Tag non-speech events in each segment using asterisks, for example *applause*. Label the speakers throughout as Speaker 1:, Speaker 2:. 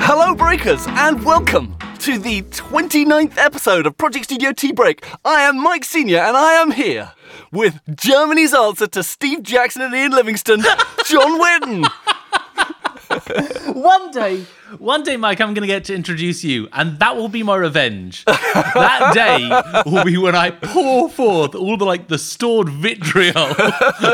Speaker 1: Maricas, and welcome to the 29th episode of Project Studio Tea Break. I am Mike Senior, and I am here with Germany's answer to Steve Jackson and Ian Livingstone, John Wetton.
Speaker 2: One day,
Speaker 3: *laughs* One day, Mike, I'm going to get to introduce you, and that will be my revenge. that day will be when I pour forth all the like the stored vitriol *laughs*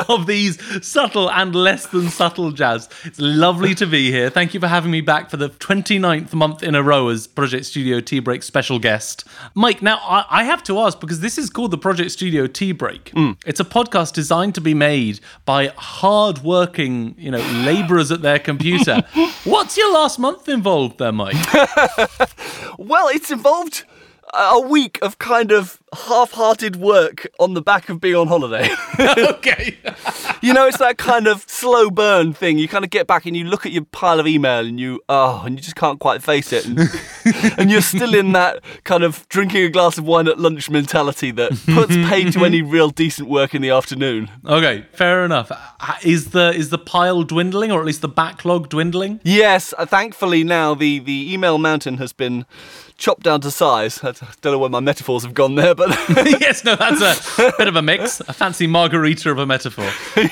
Speaker 3: of these subtle and less than subtle jazz. It's lovely to be here. Thank you for having me back for the 29th month in a row as Project Studio Tea Break special guest, Mike. Now I, I have to ask because this is called the Project Studio Tea Break. It's a podcast designed to be made by hard-working, you know, labourers at their *laughs* computer. What's your last month involved there, Mike?
Speaker 1: Well, it's involved a week of kind of half hearted work on the back of being on holiday.
Speaker 3: *laughs* okay.
Speaker 1: you know, it's that kind of slow burn thing. You kind of get back and you look at your pile of email and you, oh, and you just can't quite face it. And, and you're still in that kind of drinking a glass of wine at lunch mentality that puts paid to any real decent work in the afternoon.
Speaker 3: Okay, fair enough. Uh, Is the is the pile dwindling, or at least the backlog dwindling?
Speaker 1: Yes, uh, thankfully now the, the email mountain has been chopped down to size. I don't know where my metaphors have gone there, but *laughs*
Speaker 3: yes, *laughs* no, that's a bit of a mix, a fancy margarita of a metaphor.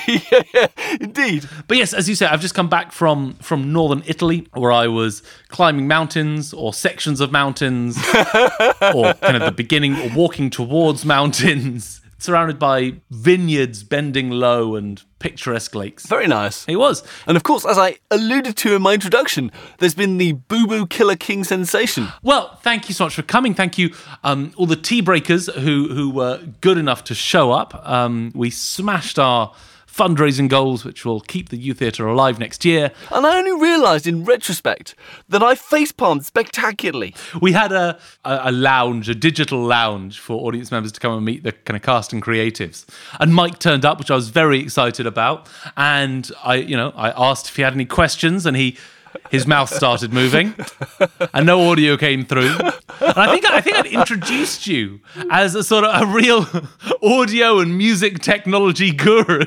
Speaker 1: yeah, yeah, indeed.
Speaker 3: But yes, as you say, I've just come back from from northern Italy, where I was climbing mountains or sections of mountains, or kind of the beginning or walking towards mountains, *laughs* surrounded by vineyards bending low and picturesque lakes.
Speaker 1: Very nice.
Speaker 3: It was.
Speaker 1: And of course, as I alluded to in my introduction, there's been the Boo Boo Killer King sensation.
Speaker 3: Well, thank you so much for coming. Thank you, um, all the tea breakers who who were good enough to show up. Um, we smashed our fundraising goals, which will keep the U Theatre alive next year.
Speaker 1: And I only realised in retrospect that I facepalmed spectacularly.
Speaker 3: We had a, a a lounge, a digital lounge for audience members to come and meet the kind of cast and creatives. And Mike turned up, which I was very excited about. And I, you know, I asked if he had any questions, and he. His mouth started moving, *laughs* and no audio came through. And I think I think I'd introduced you as a sort of a real audio and music technology guru.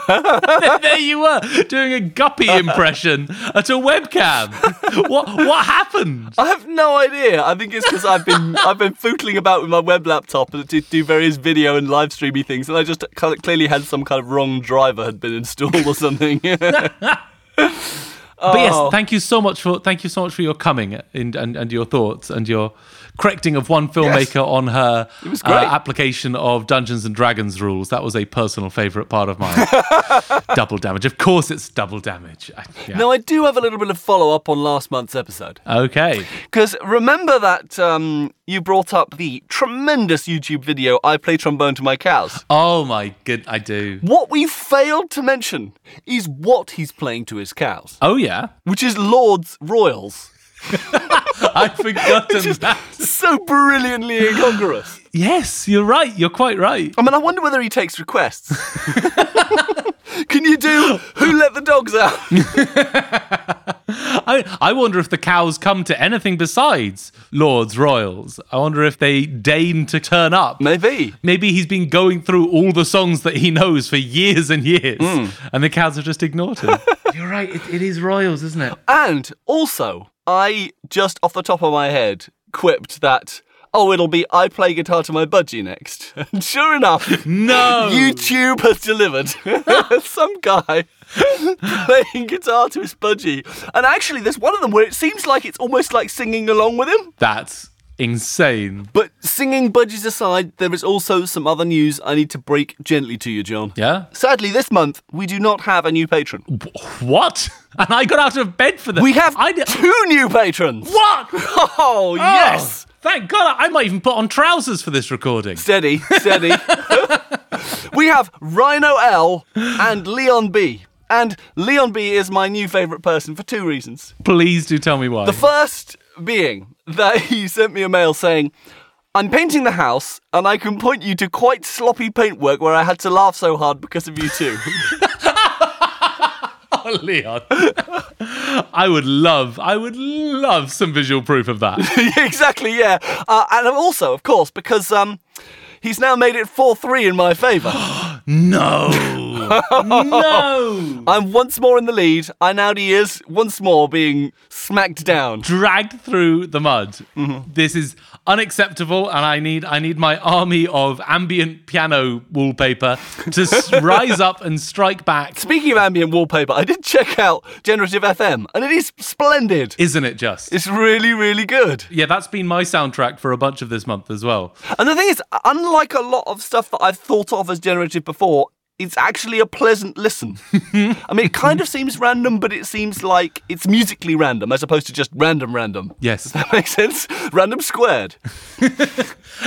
Speaker 3: *laughs* there you were doing a guppy impression at a webcam. What what happened?
Speaker 1: I have no idea. I think it's because I've been I've been footling about with my web laptop and to do various video and live streamy things, and I just kind of clearly had some kind of wrong driver had been installed or something. *laughs*
Speaker 3: But yes,
Speaker 1: Oh.
Speaker 3: thank you so much for thank you so much for your coming and and, and your thoughts and your correcting of one filmmaker on her uh,
Speaker 1: was great.
Speaker 3: application of Dungeons and Dragons rules. That was a personal favourite part of
Speaker 1: *laughs*
Speaker 3: mine. double damage, of course, it's double damage. I- yeah.
Speaker 1: now I do have a little bit of follow up on last month's episode.
Speaker 3: Okay.
Speaker 1: Because remember that um, you brought up the tremendous YouTube video, I Play Trombone to My Cows.
Speaker 3: Oh my good, I do.
Speaker 1: What we failed to mention is what he's playing to his cows,
Speaker 3: Oh yeah,
Speaker 1: which is Lord's Royals. *laughs*
Speaker 3: I've forgotten that.
Speaker 1: So brilliantly incongruous.
Speaker 3: Yes, you're right. You're quite right.
Speaker 1: I mean, I wonder whether he takes
Speaker 3: *laughs*
Speaker 1: requests. Can you do Who Let the Dogs Out?
Speaker 3: I, I wonder if the cows come to anything besides lords royals. I wonder if they deign to turn up.
Speaker 1: Maybe.
Speaker 3: Maybe he's been going through all the songs that he knows for years and years,
Speaker 1: Hmm.
Speaker 3: and the cows have just ignored him. *laughs* You're right. It, it is royals, isn't it?
Speaker 1: And also, I just off the top of my head quipped that, oh, it'll be I Play Guitar to My Budgie next. *laughs* And sure enough.
Speaker 3: No.
Speaker 1: YouTube has delivered. *laughs* Some guy playing guitar to his budgie. And actually, there's one of them where it seems like it's almost like singing along with him.
Speaker 3: That's insane.
Speaker 1: But singing budgies aside, there is also some other news I need to break gently to you, John.
Speaker 3: Yeah.
Speaker 1: Sadly, this month, we do not have a new patron.
Speaker 3: What? *laughs* And I got out of bed for that.
Speaker 1: We have
Speaker 3: I did.
Speaker 1: two new patrons.
Speaker 3: What?
Speaker 1: *laughs*
Speaker 3: Oh,
Speaker 1: Oh, yes.
Speaker 3: Thank God. I might even put on trousers for this recording.
Speaker 1: Steady,
Speaker 3: *laughs*
Speaker 1: steady. *laughs* we have Rhino L and Leon B. And Leon B is my new favourite person for two reasons.
Speaker 3: Please do tell me why.
Speaker 1: The first being that *laughs* he sent me a mail saying, I'm painting the house and I can point you to quite sloppy paintwork where I had to laugh so hard because of you *laughs* too.
Speaker 3: Oh, Leon. *laughs* I would love, I would love some visual proof of that.
Speaker 1: *laughs* exactly, yeah. Uh, and also, of *laughs* course, because um, he's now made it 4 3 in my favour.
Speaker 3: No. no!
Speaker 1: I'm once more in the lead. I now is once more being smacked down.
Speaker 3: dragged through the mud. This is unacceptable, and I need I need my army of ambient piano wallpaper to s- rise up and strike back.
Speaker 1: Speaking of ambient wallpaper, I did check out Generative FM, and it is splendid.
Speaker 3: Isn't it just?
Speaker 1: It's really, really good.
Speaker 3: Yeah, that's been my soundtrack for a bunch of this month as well.
Speaker 1: And the thing is, unlike a lot of stuff that I've thought of as generative before, it's actually a pleasant listen. I mean, it kind of seems random, but it seems like it's musically random as opposed to just random, random.
Speaker 3: Yes.
Speaker 1: That *laughs* makes sense? Random squared.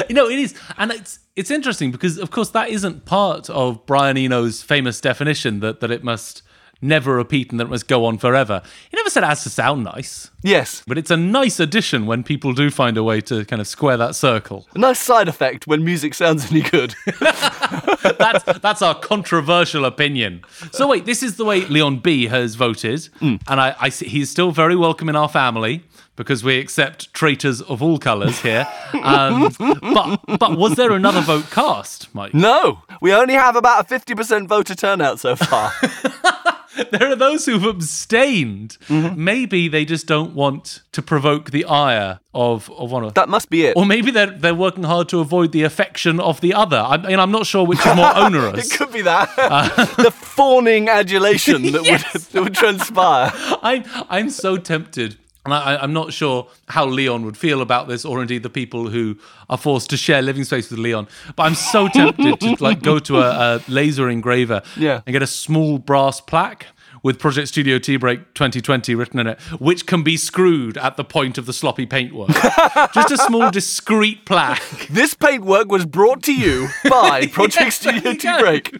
Speaker 3: No, it is, and it's it's interesting because of course that isn't part of Brian Eno's famous definition that that it must never repeat and that it must go on forever. He never said it has to sound nice,
Speaker 1: Yes.
Speaker 3: but it's a nice addition when people do find a way to kind of square that circle.
Speaker 1: A nice side effect when music sounds any good. *laughs*
Speaker 3: that's that's our controversial opinion. So wait, this is the way Leon B has voted,
Speaker 1: Hmm.
Speaker 3: and I, I see- he's still very welcome in our family because we accept traitors of all colours
Speaker 1: *laughs*
Speaker 3: here. Um, but but was there another vote cast, Mike?
Speaker 1: no, we only have about a 50% voter turnout so far.
Speaker 3: There are those who've abstained.
Speaker 1: Mm-hmm.
Speaker 3: Maybe they just don't want to provoke the ire of of one of.
Speaker 1: that must be it.
Speaker 3: or maybe they're, they're working hard to avoid the affection of the other. I, mean, I'm not sure which
Speaker 1: *laughs*
Speaker 3: is more onerous.
Speaker 1: It could be that. *laughs* the fawning adulation that, would, that would transpire.
Speaker 3: *laughs* I'm I'm so tempted. And I, I- I'm not sure how Leon would feel about this, or indeed the people who are forced to share living space with Leon. But I'm so tempted to like go to a, a laser engraver
Speaker 1: Yeah.
Speaker 3: and get a small brass plaque with Project Studio Tea Break 2020 written in it, which can be screwed at the point of the sloppy paintwork. *laughs* Just a small discreet plaque.
Speaker 1: This paintwork was brought to you by Project Studio
Speaker 3: you
Speaker 1: Tea
Speaker 3: go.
Speaker 1: Break.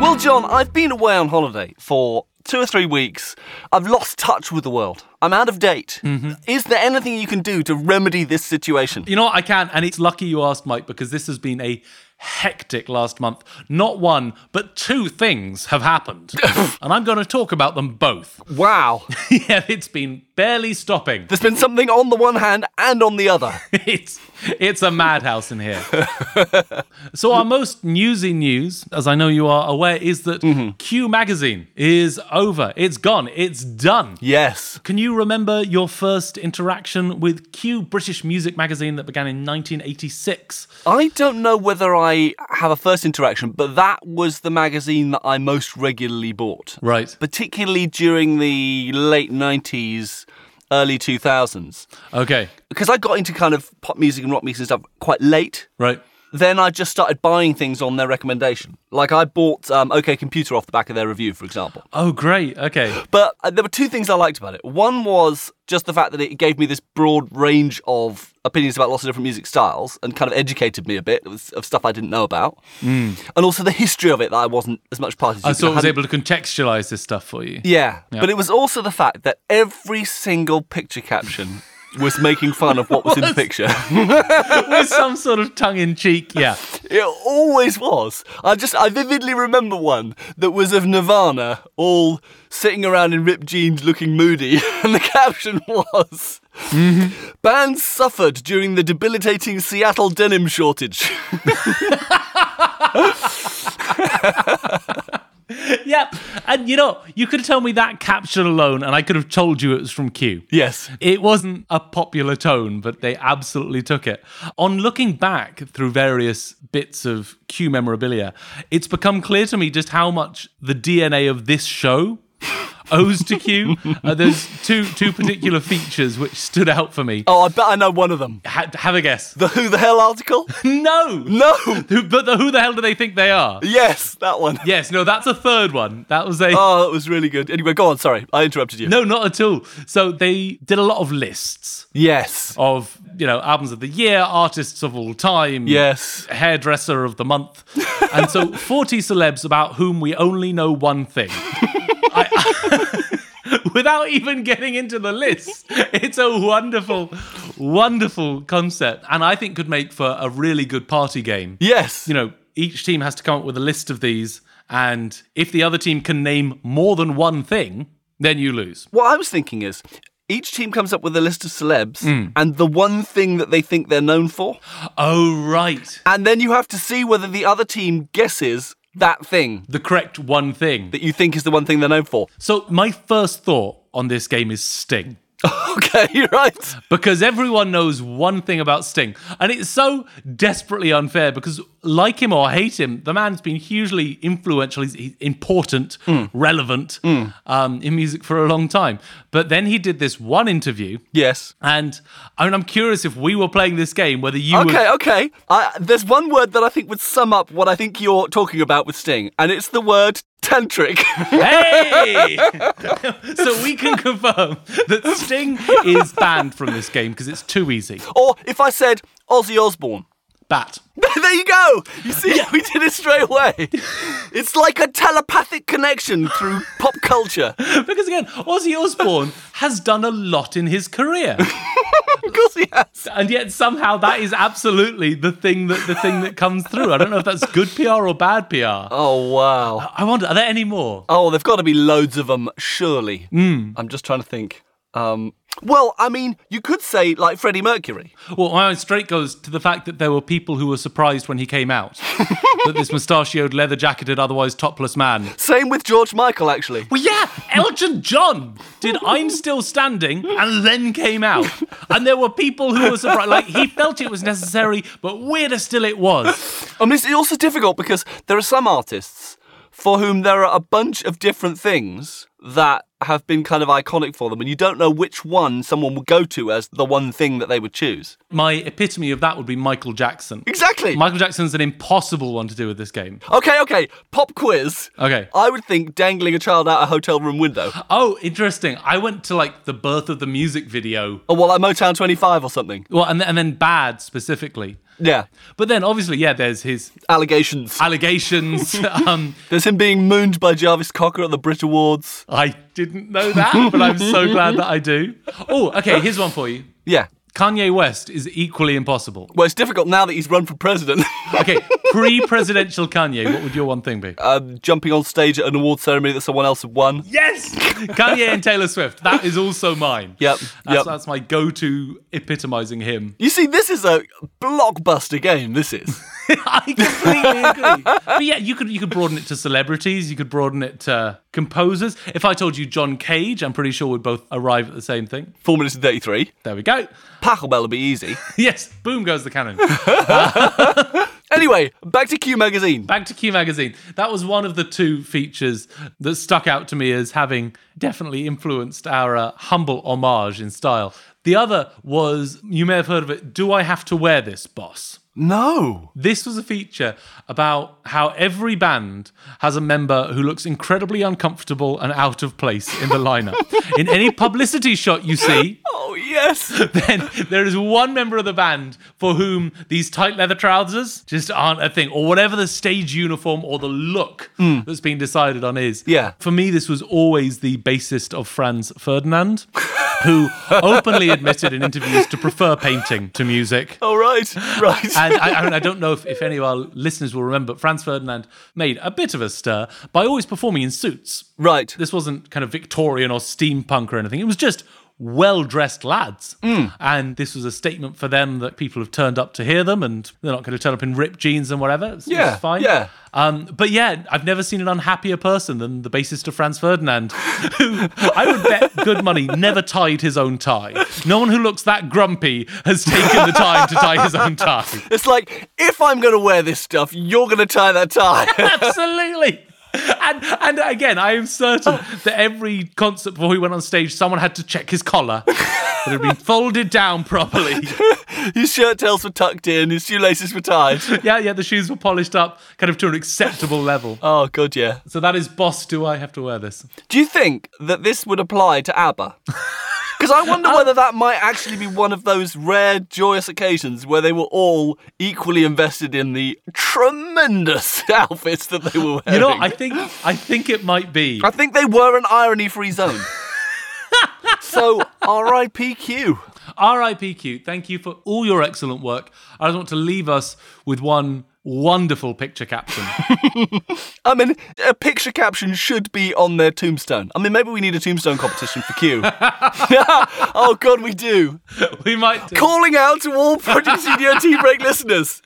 Speaker 1: Well, John, I've been away on holiday for two or three weeks. I've lost touch with the world. I'm out of date. Is there anything you can do to remedy this situation?
Speaker 3: You know what? I can. And it's lucky you asked, Mike, because this has been a hectic last month. Not one, but two things have happened. and I'm going to talk about them both. *laughs*
Speaker 1: Wow.
Speaker 3: yeah, it's been barely stopping. *laughs*
Speaker 1: There's been something on the one hand and on the other.
Speaker 3: It's, it's a madhouse in here. so, our most newsy news, as I know you are aware, is that Q Magazine is over. It's gone. It's done.
Speaker 1: Yes.
Speaker 3: Can you remember your first interaction with Q British Music Magazine that began in 1986?
Speaker 1: I don't know whether I have a first interaction, but that was the magazine that I most regularly bought.
Speaker 3: Right.
Speaker 1: particularly during the late 90s, early 2000s.
Speaker 3: Okay.
Speaker 1: Because I got into kind of pop music and rock music and stuff quite late.
Speaker 3: Right.
Speaker 1: Then I just started buying things on their recommendation. Like I bought um, OK Computer off the back of their review, for example.
Speaker 3: Oh, great. *gasps* Okay.
Speaker 1: But uh, there were two things I liked about it. One was just the fact that it gave me this broad range of opinions about lots of different music styles and kind of educated me a bit of of stuff I didn't know about. And also the history of it that Mm. I wasn't as much part of.
Speaker 3: I so it was
Speaker 1: hadn't
Speaker 3: able to contextualize this stuff for you.
Speaker 1: Yeah, but it was also the fact that every single picture caption was making fun of what *laughs* was in the picture.
Speaker 3: *laughs* With some sort of tongue in cheek. Yeah.
Speaker 1: it always was. I just I vividly remember one that was of Nirvana all sitting around in ripped jeans looking moody *laughs* and the caption was Mm-hmm. Bands suffered during the debilitating Seattle denim shortage.
Speaker 3: *laughs*
Speaker 1: *laughs*
Speaker 3: Yep. And you know, you could have told me that caption alone, and I could have told you it was from Q.
Speaker 1: yes.
Speaker 3: It wasn't a popular tone, but they absolutely took it. On looking back through various bits of Q memorabilia, it's become clear to me just how much the DNA of this show *laughs* owes to Q. Uh, there's two two particular features which stood out for me.
Speaker 1: Oh, I bet I know one of them.
Speaker 3: Ha- have a guess. *laughs*
Speaker 1: The Who the Hell *laughs* article?
Speaker 3: No.
Speaker 1: No.
Speaker 3: Who, but the, who the hell do they think they are?
Speaker 1: Yes, that one.
Speaker 3: Yes, no, that's a third one. That was a.
Speaker 1: Oh, that was really good. Anyway, go on. Sorry, I interrupted you.
Speaker 3: No, not at all. So they did a lot of lists
Speaker 1: Yes.
Speaker 3: of, you know, albums of the year, artists of all time.
Speaker 1: Yes.
Speaker 3: Hairdresser of the month. And
Speaker 1: *laughs*
Speaker 3: so 40 celebs about whom we only know one thing. I- *laughs* without even getting into the list, it's a wonderful, wonderful concept. And I think could make for a really good party game.
Speaker 1: Yes.
Speaker 3: you know, each team has to come up with a list of these, and if the other team can name more than one thing, then you lose.
Speaker 1: what I was thinking is each team comes up with a list of celebs and the one thing that they think they're known for.
Speaker 3: Oh, right.
Speaker 1: And then you have to see whether the other team guesses that thing
Speaker 3: The correct one thing.
Speaker 1: that you think is the one thing they're known for. *laughs*
Speaker 3: So, my first thought on this game is Sting.
Speaker 1: Okay, *laughs* right.
Speaker 3: because everyone knows one thing about Sting. And it's so desperately unfair because, like him or hate him, the man's been hugely influential. He's, he's important, relevant um, in music for a long time. But then he did this one interview.
Speaker 1: Yes.
Speaker 3: And I mean, I'm curious if we were playing this game, whether you would.
Speaker 1: Okay, okay. I, there's one word that I think would sum up what I think you're talking about with Sting, and it's the word tantric. *laughs*
Speaker 3: Hey! so we can confirm that Sting is banned from this game because it's too easy.
Speaker 1: or if I said Ozzy Osbourne. *laughs*
Speaker 3: Bat.
Speaker 1: there you go. You see, we did it straight *laughs* away. It's like a telepathic connection through pop culture. *laughs*
Speaker 3: Because again, Ozzy Osbourne has done a lot in his career.
Speaker 1: Of course he has.
Speaker 3: and yet somehow that is absolutely the thing that the thing that comes through. I don't know if that's good PR or bad PR.
Speaker 1: Oh wow.
Speaker 3: I wonder, are there any more?
Speaker 1: Oh, there've got to be loads of them, surely. I'm just trying to think. Um, well, I mean, you could say like Freddie Mercury.
Speaker 3: Well, my mind straight goes to the fact that there were people who were surprised when he came out that this mustachioed, leather jacketed, otherwise topless man.
Speaker 1: Same with George Michael, actually.
Speaker 3: Well, yeah, Elton John did I'm Still Standing and then came out. And there were people who were surprised. Like, he felt it was necessary, but weirder still it was.
Speaker 1: I mean, it's also difficult because there are some artists for whom there are a bunch of different things that have been kind of iconic for them, and you don't know which one someone would go to as the one thing that they would choose.
Speaker 3: My epitome of that would be Michael Jackson.
Speaker 1: Exactly.
Speaker 3: Michael Jackson's an impossible one to do with this game.
Speaker 1: okay, okay. Pop quiz.
Speaker 3: Okay.
Speaker 1: I would think dangling a child out a hotel room window.
Speaker 3: Oh, interesting. I went to like the birth of the music video.
Speaker 1: Or well, like Motown 25 or something.
Speaker 3: Well, and, and then Bad specifically.
Speaker 1: Yeah.
Speaker 3: But then obviously, yeah, there's his
Speaker 1: Allegations.
Speaker 3: allegations. um,
Speaker 1: There's him being mooned by Jarvis Cocker at the Brit Awards.
Speaker 3: I didn't know that, but I'm so glad that I do. Oh, okay, here's one for you.
Speaker 1: Yeah.
Speaker 3: Kanye West is equally impossible.
Speaker 1: Well, it's difficult now that he's run for president. *laughs*
Speaker 3: *laughs* Okay, pre presidential Kanye, what would your one thing be?
Speaker 1: um, jumping on stage at an award ceremony that someone else had won.
Speaker 3: yes! Kanye and Taylor Swift. That is also mine.
Speaker 1: Yep,
Speaker 3: That's,
Speaker 1: yep.
Speaker 3: that's my go to epitomizing him.
Speaker 1: You see, this is a blockbuster game. This is.
Speaker 3: *laughs*
Speaker 1: *laughs*
Speaker 3: I completely *laughs* agree. But yeah, you could you could broaden it to celebrities. You could broaden it to composers. If I told you John Cage, I'm pretty sure we'd both arrive at the same thing.
Speaker 1: Four minutes and 33.
Speaker 3: There we go. *laughs*
Speaker 1: Pachelbel will be easy. *laughs*
Speaker 3: Yes, boom goes the cannon.
Speaker 1: Anyway, back to Q Magazine.
Speaker 3: Back to Q magazine. That was one of the two features that stuck out to me as having definitely influenced our uh, humble homage in style. The other was you may have heard of it. Do I have to wear this, boss?
Speaker 1: No.
Speaker 3: This was a feature about how every band has a member who looks incredibly uncomfortable and out of place in the lineup. in any publicity shot you see,
Speaker 1: Oh, yes.
Speaker 3: *laughs* then there is one member of the band for whom these tight leather trousers just aren't a thing, or whatever the stage uniform or the look that's been decided on is.
Speaker 1: Yeah.
Speaker 3: For me, this was always the bassist of Franz Ferdinand, who openly admitted in interviews to prefer painting to music.
Speaker 1: All right. Right.
Speaker 3: *laughs* And I, I, mean, I don't know if, if any of our listeners will remember, but Franz Ferdinand made a bit of a stir by always performing in suits.
Speaker 1: right.
Speaker 3: This wasn't kind of Victorian or steampunk or anything. It was just well dressed lads.
Speaker 1: Mm.
Speaker 3: And this was a statement for them that people have turned up to hear them and they're not going to turn up in ripped jeans and whatever. It's, it's
Speaker 1: Yeah,
Speaker 3: fine.
Speaker 1: yeah.
Speaker 3: Um, but yeah, I've never seen an unhappier person than the bassist of Franz Ferdinand,
Speaker 1: *laughs*
Speaker 3: who I would bet good money never tied his own tie. No one who looks that grumpy has taken the time to tie his own tie.
Speaker 1: It's like, if I'm going to wear this stuff, you're going to tie that tie. *laughs*
Speaker 3: Absolutely. And and again, I am certain that every concert before he went on stage, someone had to check his collar. that it had been folded down properly.
Speaker 1: His shirt tails were tucked in, his shoelaces were tied.
Speaker 3: Yeah, yeah, the shoes were polished up, kind of to an acceptable level.
Speaker 1: Oh, God, yeah.
Speaker 3: So that is boss, do I have to wear this?
Speaker 1: Do you think that this would apply to
Speaker 3: *laughs*
Speaker 1: ABBA? Because I wonder
Speaker 3: Uh,
Speaker 1: whether that might actually be one of those rare, joyous occasions where they were all equally invested in the tremendous *laughs* outfits that they were wearing.
Speaker 3: You know, I think I think it might be.
Speaker 1: I think they were an irony-free
Speaker 3: *laughs*
Speaker 1: zone. so, R.I.P.Q.
Speaker 3: RIPQ, thank you for all your excellent work. I just want to leave us with one Wonderful picture caption. *laughs*
Speaker 1: I mean, a picture caption should be on their tombstone. I mean, maybe we need a tombstone competition for Q.
Speaker 3: *laughs*
Speaker 1: *laughs* oh, God, we do.
Speaker 3: we might do.
Speaker 1: Calling out to all Producing Your Tea Break listeners.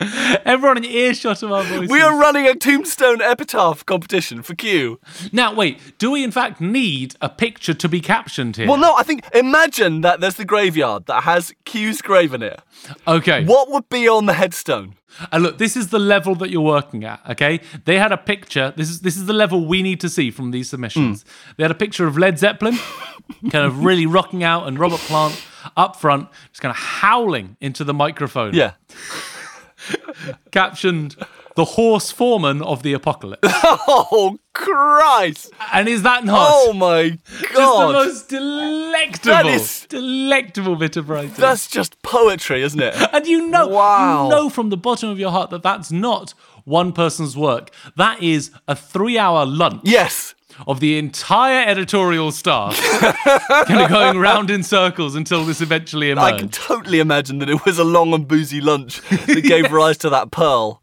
Speaker 3: everyone in earshot of our voices.
Speaker 1: We are running a tombstone epitaph competition for Q.
Speaker 3: now wait. Do we in fact need a picture to be captioned here?
Speaker 1: Well, no, I think imagine that there's the graveyard that has Q's grave in it.
Speaker 3: Okay.
Speaker 1: What would be on the headstone?
Speaker 3: And look, this is the level that you're working at, okay? They had a picture. This is this is the level we need to see from these submissions.
Speaker 1: Hmm.
Speaker 3: They had a picture of Led Zeppelin,
Speaker 1: *laughs*
Speaker 3: kind of really rocking out, and Robert Plant up front, just kind of howling into the microphone.
Speaker 1: Yeah.
Speaker 3: Captioned the horse foreman of the apocalypse.
Speaker 1: *laughs* Oh, Christ.
Speaker 3: and is that not
Speaker 1: Oh, my
Speaker 3: just the
Speaker 1: God.
Speaker 3: most delectable,
Speaker 1: That is-
Speaker 3: delectable bit of writing?
Speaker 1: That's just poetry, isn't
Speaker 3: *laughs*
Speaker 1: it?
Speaker 3: And you know,
Speaker 1: Wow.
Speaker 3: you know from the bottom of your heart that that's not one person's work. That is a three-hour lunch.
Speaker 1: Yes.
Speaker 3: of the entire editorial staff *laughs* kind of going round in circles until this eventually
Speaker 1: I can
Speaker 3: emerged.
Speaker 1: totally imagine that it was a long and boozy lunch
Speaker 3: *laughs*
Speaker 1: that gave rise to that pearl.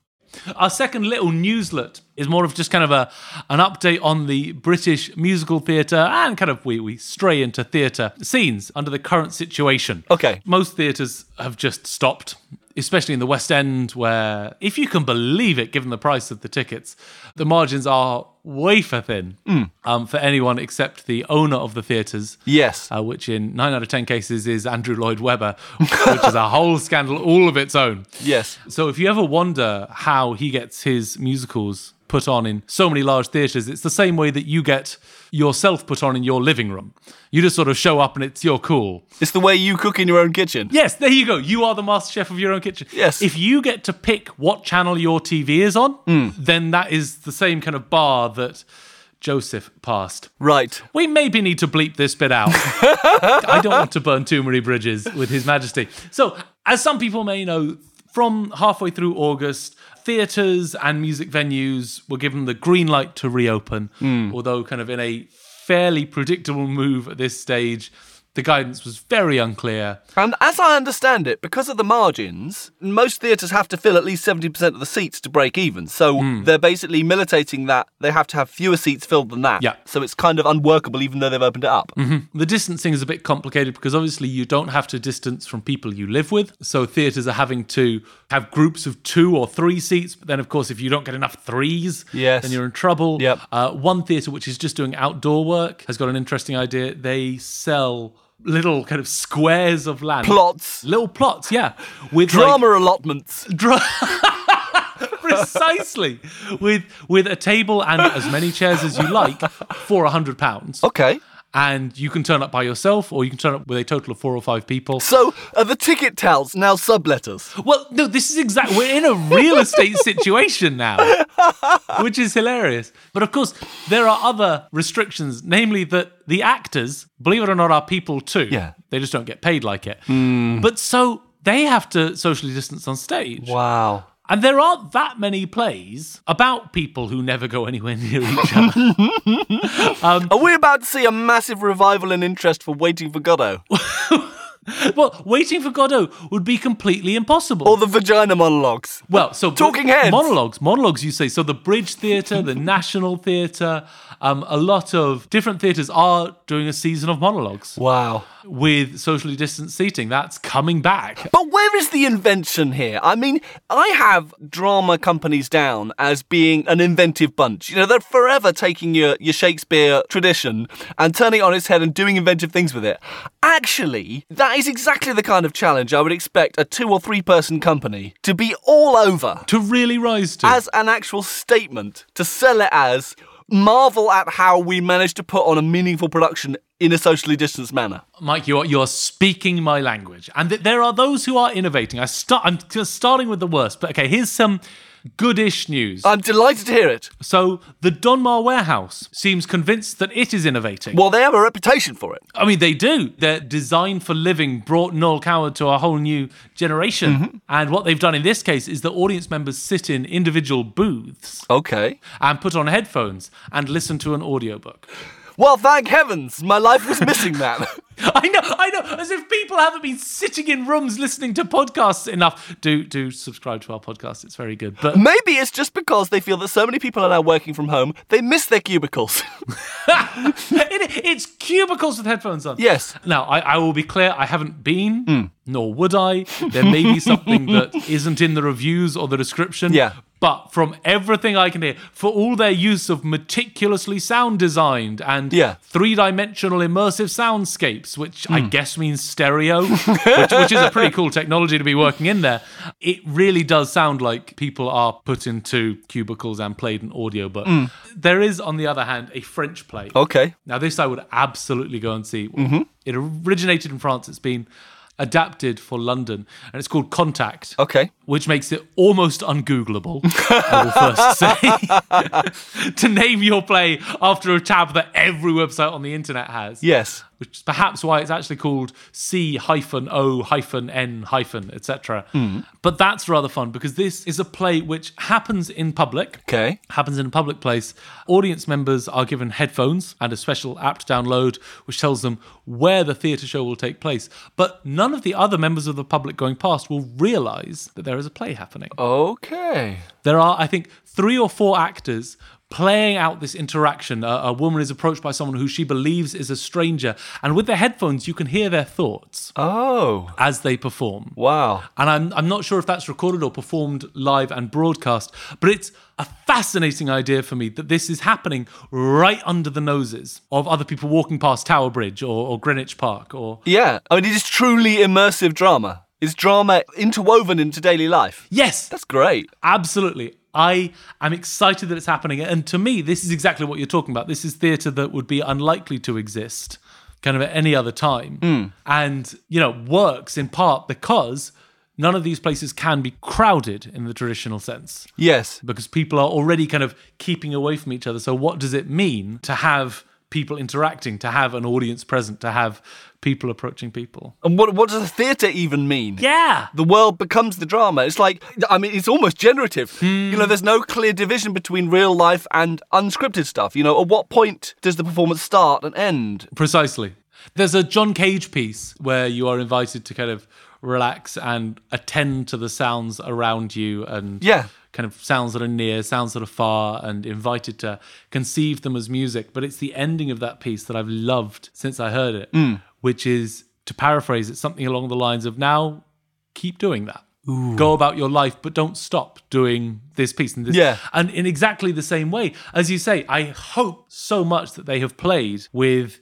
Speaker 3: Our second little newslet is more of just kind of a an update on the British musical theatre and kind of we, we stray into theatre scenes under the current situation.
Speaker 1: Okay.
Speaker 3: Most theatres have just stopped, especially in the West End, where, if you can believe it, given the price of the tickets, the margins are wafer thin um, for anyone except the owner of the theatres.
Speaker 1: Yes.
Speaker 3: uh, which in nine out of 10 cases is Andrew Lloyd Webber, *laughs* which is a whole scandal all of its own.
Speaker 1: Yes.
Speaker 3: So if you ever wonder how he gets his musicals put on in so many large theatres, it's the same way that you get yourself put on in your living room. You just sort of show up and it's your cool.
Speaker 1: It's the way you cook in your own kitchen.
Speaker 3: Yes, there you go. You are the master chef of your own kitchen.
Speaker 1: Yes.
Speaker 3: If you get to pick what channel your TV is on,
Speaker 1: Hmm.
Speaker 3: then that is the same kind of bar that Joseph passed.
Speaker 1: Right.
Speaker 3: We maybe need to bleep this bit out. I don't want to burn too many bridges with His Majesty. So, as some people may know, from halfway through August, theatres and music venues were given the green light to reopen, although, kind of in a fairly predictable move at this stage. The guidance was very unclear.
Speaker 1: And as I understand it, because of the margins, most theatres have to fill at least 70% of the seats to break even. So they're basically militating that they have to have fewer seats filled than that.
Speaker 3: Yeah.
Speaker 1: So it's kind of unworkable even though they've opened it up.
Speaker 3: The distancing is a bit complicated because obviously you don't have to distance from people you live with. So theatres are having to have groups of two or three seats. But then, of course, if you don't get enough threes,
Speaker 1: Yes.
Speaker 3: then you're in trouble.
Speaker 1: Yep.
Speaker 3: Uh, one theatre, which is just doing outdoor work, has got an interesting idea. They sell little kind of squares of land.
Speaker 1: Plots,
Speaker 3: Little plots, yeah. With like,
Speaker 1: drama allotments.
Speaker 3: *laughs* Dra- *laughs* precisely with with a table and as many chairs as you like for a hundred pounds
Speaker 1: Okay.
Speaker 3: and you can turn up by yourself or you can turn up with a total of four or five people.
Speaker 1: So are the ticket touts now subletters?
Speaker 3: Well, no, this is exactly we're in a real estate situation now, which is hilarious. But of course, there are other restrictions, namely that the actors, believe it or not, are people too.
Speaker 1: Yeah.
Speaker 3: They just don't get paid like it. But so they have to socially distance on stage.
Speaker 1: Wow.
Speaker 3: And there aren't that many plays about people who never go anywhere near each other.
Speaker 1: Are we about to see a massive revival in interest for Waiting for Godot?
Speaker 3: well, waiting for Godot would be completely impossible.
Speaker 1: Or the vagina monologues?
Speaker 3: Well, so
Speaker 1: Talking Heads.
Speaker 3: monologues, monologues. You say so. The Bridge
Speaker 1: *laughs*
Speaker 3: Theatre, the National Theatre, um, a lot of different theatres are doing a season of monologues
Speaker 1: Wow.
Speaker 3: with socially distanced seating. That's coming back.
Speaker 1: But where is the invention here? I mean, I have drama companies down as being an inventive bunch. You know, they're forever taking your, your Shakespeare tradition and turning it on its head and doing inventive things with it. Actually, that is exactly the kind of challenge I would expect a two or three person company to be all over
Speaker 3: To really rise to.
Speaker 1: as an actual statement, to sell it as marvel at how we managed to put on a meaningful production in a socially distanced manner.
Speaker 3: Mike, you're you're speaking my language, and th- there are those who are innovating. I start. I'm just starting with the worst, but okay. Here's some goodish news.
Speaker 1: I'm delighted to hear it.
Speaker 3: so the Donmar Warehouse seems convinced that it is innovating.
Speaker 1: Well, they have a reputation for it.
Speaker 3: I mean, they do. Their design for living brought Noel Coward to a whole new generation. And what they've done in this case is that audience members sit in individual booths
Speaker 1: Okay.
Speaker 3: and put on headphones and listen to an audiobook. *laughs*
Speaker 1: Well, thank heavens, my life was missing that.
Speaker 3: I know, I know. As if people haven't been sitting in rooms listening to podcasts enough. Do do subscribe to our podcast; it's very good.
Speaker 1: *laughs*
Speaker 3: But
Speaker 1: *laughs* Maybe it's just because they feel that so many people are now working from home, they miss their cubicles. *laughs*
Speaker 3: it, it's cubicles with headphones on.
Speaker 1: yes. Hmm.
Speaker 3: Now, I, I will be clear, I haven't been, nor would I. There may
Speaker 1: *laughs*
Speaker 3: be something that isn't in the reviews or the description.
Speaker 1: Yeah.
Speaker 3: But from everything I can hear, for all their use of meticulously sound designed and
Speaker 1: Yeah. Hmm.
Speaker 3: three dimensional immersive soundscapes, which I guess means stereo,
Speaker 1: *laughs*
Speaker 3: which, which is a pretty cool technology to be working in there, it really does sound like people are put into cubicles and played an audiobook.
Speaker 1: Hmm.
Speaker 3: There is, on the other hand, a French play.
Speaker 1: Okay.
Speaker 3: Now, this I would absolutely go and see. It originated in France. It's been adapted for London, and it's called Contact,
Speaker 1: Okay.
Speaker 3: which makes it almost ungoogleable. I will first say *laughs* to name your play after a tab that every website on the internet has.
Speaker 1: Yes.
Speaker 3: Which is perhaps why it's actually called C hyphen O hyphen N hyphen etc. But that's rather fun because this is a play which happens in public
Speaker 1: Okay.
Speaker 3: happens in a public place, audience members are given headphones and a special app to download which tells them where the theatre show will take place. But none of the other members of the public going past will realise that there is a play happening.
Speaker 1: Okay.
Speaker 3: There are, I think, three or four actors playing out this interaction. A, a woman is approached by someone who she believes is a stranger, and with their headphones, you can hear their thoughts
Speaker 1: Oh.
Speaker 3: as they perform.
Speaker 1: Wow.
Speaker 3: And I'm, I'm not sure if that's recorded or performed live and broadcast, but it's a fascinating idea for me that this is happening right under the noses of other people walking past Tower Bridge or, or Greenwich Park or.
Speaker 1: Yeah. I mean, it is truly immersive drama. It's drama interwoven into daily life.
Speaker 3: Yes,
Speaker 1: That's great.
Speaker 3: absolutely. I am excited that it's happening. And to me, this is exactly what you're talking about. This is theatre that would be unlikely to exist kind of at any other time. And, you know, works in part because none of these places can be crowded in the traditional sense.
Speaker 1: Yes.
Speaker 3: because people are already kind of keeping away from each other. So, what does it mean to have people interacting, to have an audience present, to have people approaching people?
Speaker 1: And what, what does the theatre even mean?
Speaker 3: Yeah.
Speaker 1: The world becomes the drama. It's like, I mean, it's almost generative. You know, there's no clear division between real life and unscripted stuff. You know, at what point does the performance start and end?
Speaker 3: Precisely. There's a John Cage piece where you are invited to kind of relax and attend to the sounds around you and
Speaker 1: Yeah.
Speaker 3: kind of sounds that are near, sounds that are far, and invited to conceive them as music. But it's the ending of that piece that I've loved since I heard it,
Speaker 1: Mm.
Speaker 3: which is to paraphrase it, something along the lines of now keep doing that. Go about your life, but don't stop doing this piece and this.
Speaker 1: Yeah.
Speaker 3: And in exactly the same way, as you say, I hope so much that they have played with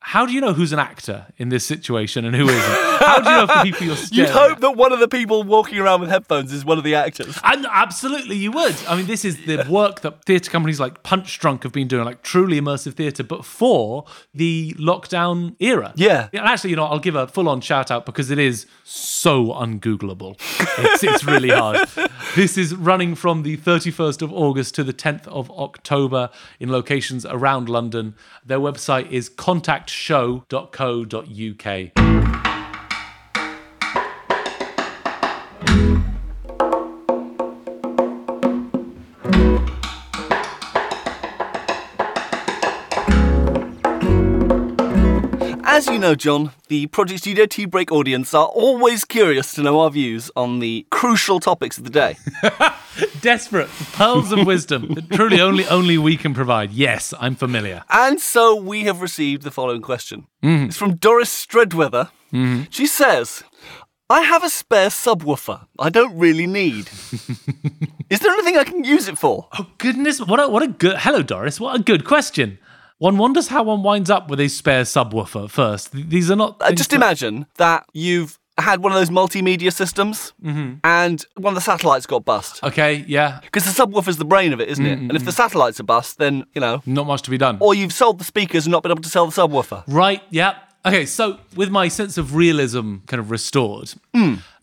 Speaker 3: how do you know who's an actor in this situation and who isn't? how do you know if the people
Speaker 1: *laughs*
Speaker 3: you're
Speaker 1: You'd
Speaker 3: staring at-
Speaker 1: hope that one of the people walking around with headphones is one of the actors.
Speaker 3: and absolutely, you would. I mean, this is the work that theatre companies like Punch Drunk have been doing, like truly immersive theatre, but for the lockdown era.
Speaker 1: Yeah.
Speaker 3: And actually, you know, I'll give a full on shout out because it is so ungoogleable. It's, it's really hard. This is running from the 31st of August to the 10th of October in locations around London. Their website is contactshow.co.uk.
Speaker 1: As you know, John, the Project Studio Tea Break audience are always curious to know our views on the crucial topics of the day.
Speaker 3: desperate for pearls of wisdom that truly only only we can provide. Yes, I'm familiar.
Speaker 1: And so we have received the following question. It's from Doris Stredweather. She says, I have a spare subwoofer I don't really need. Is there anything I can use it for?
Speaker 3: Oh goodness, what a what a good hello Doris, what a good question. One wonders how one winds up with a spare subwoofer first. Th- These are not
Speaker 1: Uh, Just
Speaker 3: things
Speaker 1: imagine that you've had one of those multimedia systems and one of the satellites got bust.
Speaker 3: that- Okay, yeah.
Speaker 1: Because the subwoofer's the brain of it, isn't it? And if the satellites are bust, then, you know,
Speaker 3: Not much to be done.
Speaker 1: or you've sold the speakers and not been able to sell the subwoofer. Hmm.
Speaker 3: Right, yeah. Okay, so with my sense of realism kind of restored,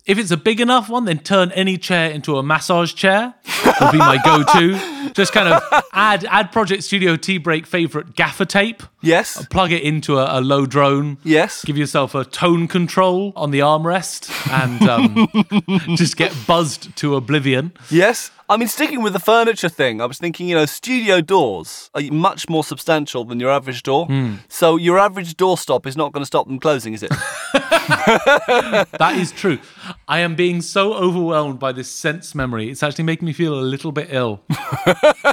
Speaker 3: If it's a big enough one, then turn any chair into a massage chair. Would be my
Speaker 1: *laughs*
Speaker 3: go-to. Just kind of add add Project Studio Tea Break favorite gaffer tape.
Speaker 1: Yes.
Speaker 3: Plug it into a, a low drone.
Speaker 1: Yes.
Speaker 3: Give yourself a tone control on the armrest and um, just get buzzed to oblivion.
Speaker 1: Yes. I mean, sticking with the furniture thing, I was thinking, you know, studio doors are much more substantial than your average door.
Speaker 3: Hmm.
Speaker 1: So your average doorstop is not going to stop them closing,
Speaker 3: *laughs*
Speaker 1: is it?
Speaker 3: That is true. I am being so overwhelmed by this sense memory. It's actually making me feel a little bit ill.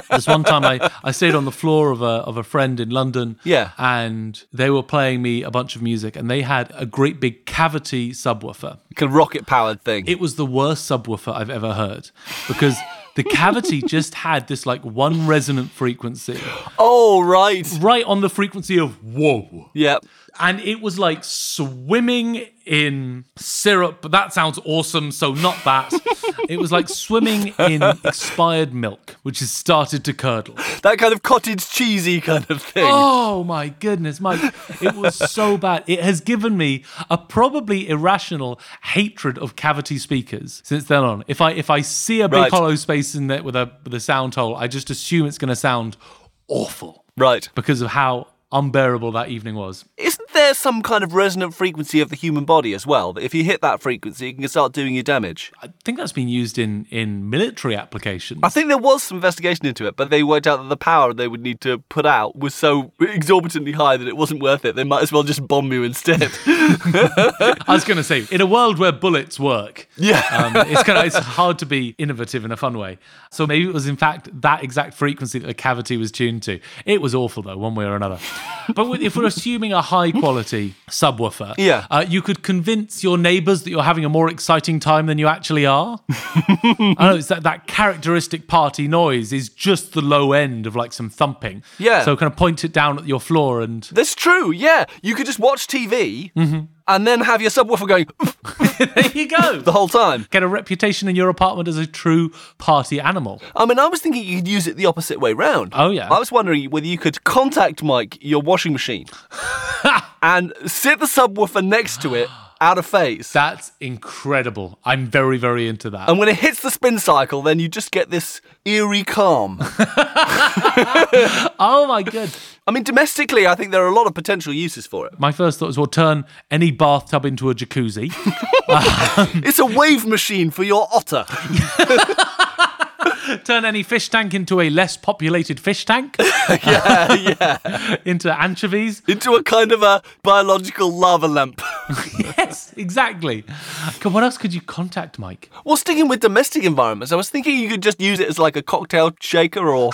Speaker 3: There's one time I, I stayed on the floor of a, of a friend in London.
Speaker 1: Yeah.
Speaker 3: And they were playing me a bunch of music and they had a great big cavity subwoofer.
Speaker 1: Like a rocket powered thing.
Speaker 3: It was the worst subwoofer I've ever heard because the cavity just had this like one resonant frequency
Speaker 1: oh, right.
Speaker 3: right on the frequency of whoa
Speaker 1: Yep.
Speaker 3: and it was like swimming in syrup. But that sounds awesome, so not that. it was like swimming in expired milk, which has started to curdle.
Speaker 1: That kind of cottage cheesy kind of thing.
Speaker 3: Oh my goodness, Mike! It was so bad. It has given me a probably irrational hatred of cavity speakers since then on. If I if I see a big
Speaker 1: Right.
Speaker 3: hollow space in it with a with a sound hole, I just assume it's going to sound awful
Speaker 1: Right.
Speaker 3: because of how unbearable that evening was.
Speaker 1: Isn't there some kind of resonant frequency of the human body as well? That if you hit that frequency, you can start doing your damage?
Speaker 3: I think that's been used in in military applications.
Speaker 1: I think there was some investigation into it, but they worked out that the power they would need to put out was so exorbitantly high that it wasn't worth it. They might as well just bomb you instead.
Speaker 3: *laughs* I was going to say, in a world where bullets work,
Speaker 1: yeah.
Speaker 3: um, it's kind of it's hard to be innovative in a fun way. So maybe it was in fact that exact frequency that the cavity was tuned to. It was awful though, one way or another. But with- if we're assuming a high quality subwoofer,
Speaker 1: Yeah.
Speaker 3: uh, you could convince your neighbours that you're having a more exciting time than you actually *laughs* are. I know it's that that characteristic party noise is just the low end of like some thumping.
Speaker 1: Yeah.
Speaker 3: So kind of point it down at your floor and
Speaker 1: That's true. Yeah. You could just watch TV
Speaker 3: Mm-hmm.
Speaker 1: and then have your subwoofer going *laughs*
Speaker 3: there you *laughs* go.
Speaker 1: the whole time.
Speaker 3: get a reputation in your apartment as a true party animal.
Speaker 1: I mean, I was thinking you could use it the opposite way round.
Speaker 3: Oh, yeah.
Speaker 1: I was wondering whether you could contact Mike, your washing
Speaker 3: *laughs*
Speaker 1: machine, and sit the subwoofer next to
Speaker 3: *gasps*
Speaker 1: it out of phase.
Speaker 3: That's incredible. I'm very, very into that.
Speaker 1: And when it hits the spin cycle, then you just get this eerie calm.
Speaker 3: *laughs* oh my god.
Speaker 1: I mean, domestically, I think there are a lot of potential uses for it.
Speaker 3: My first thought was well turn any bathtub into a jacuzzi. *laughs*
Speaker 1: It's a wave machine for your
Speaker 3: *laughs*
Speaker 1: otter.
Speaker 3: turn any fish tank into a less populated fish *laughs* tank.
Speaker 1: Yeah, yeah.
Speaker 3: into anchovies.
Speaker 1: Into a kind of a biological lava lamp. *laughs*
Speaker 3: Yes, exactly. God, what else could you contact, Mike?
Speaker 1: Well, sticking with domestic environments, I was thinking you could just use it as like a cocktail shaker *laughs* or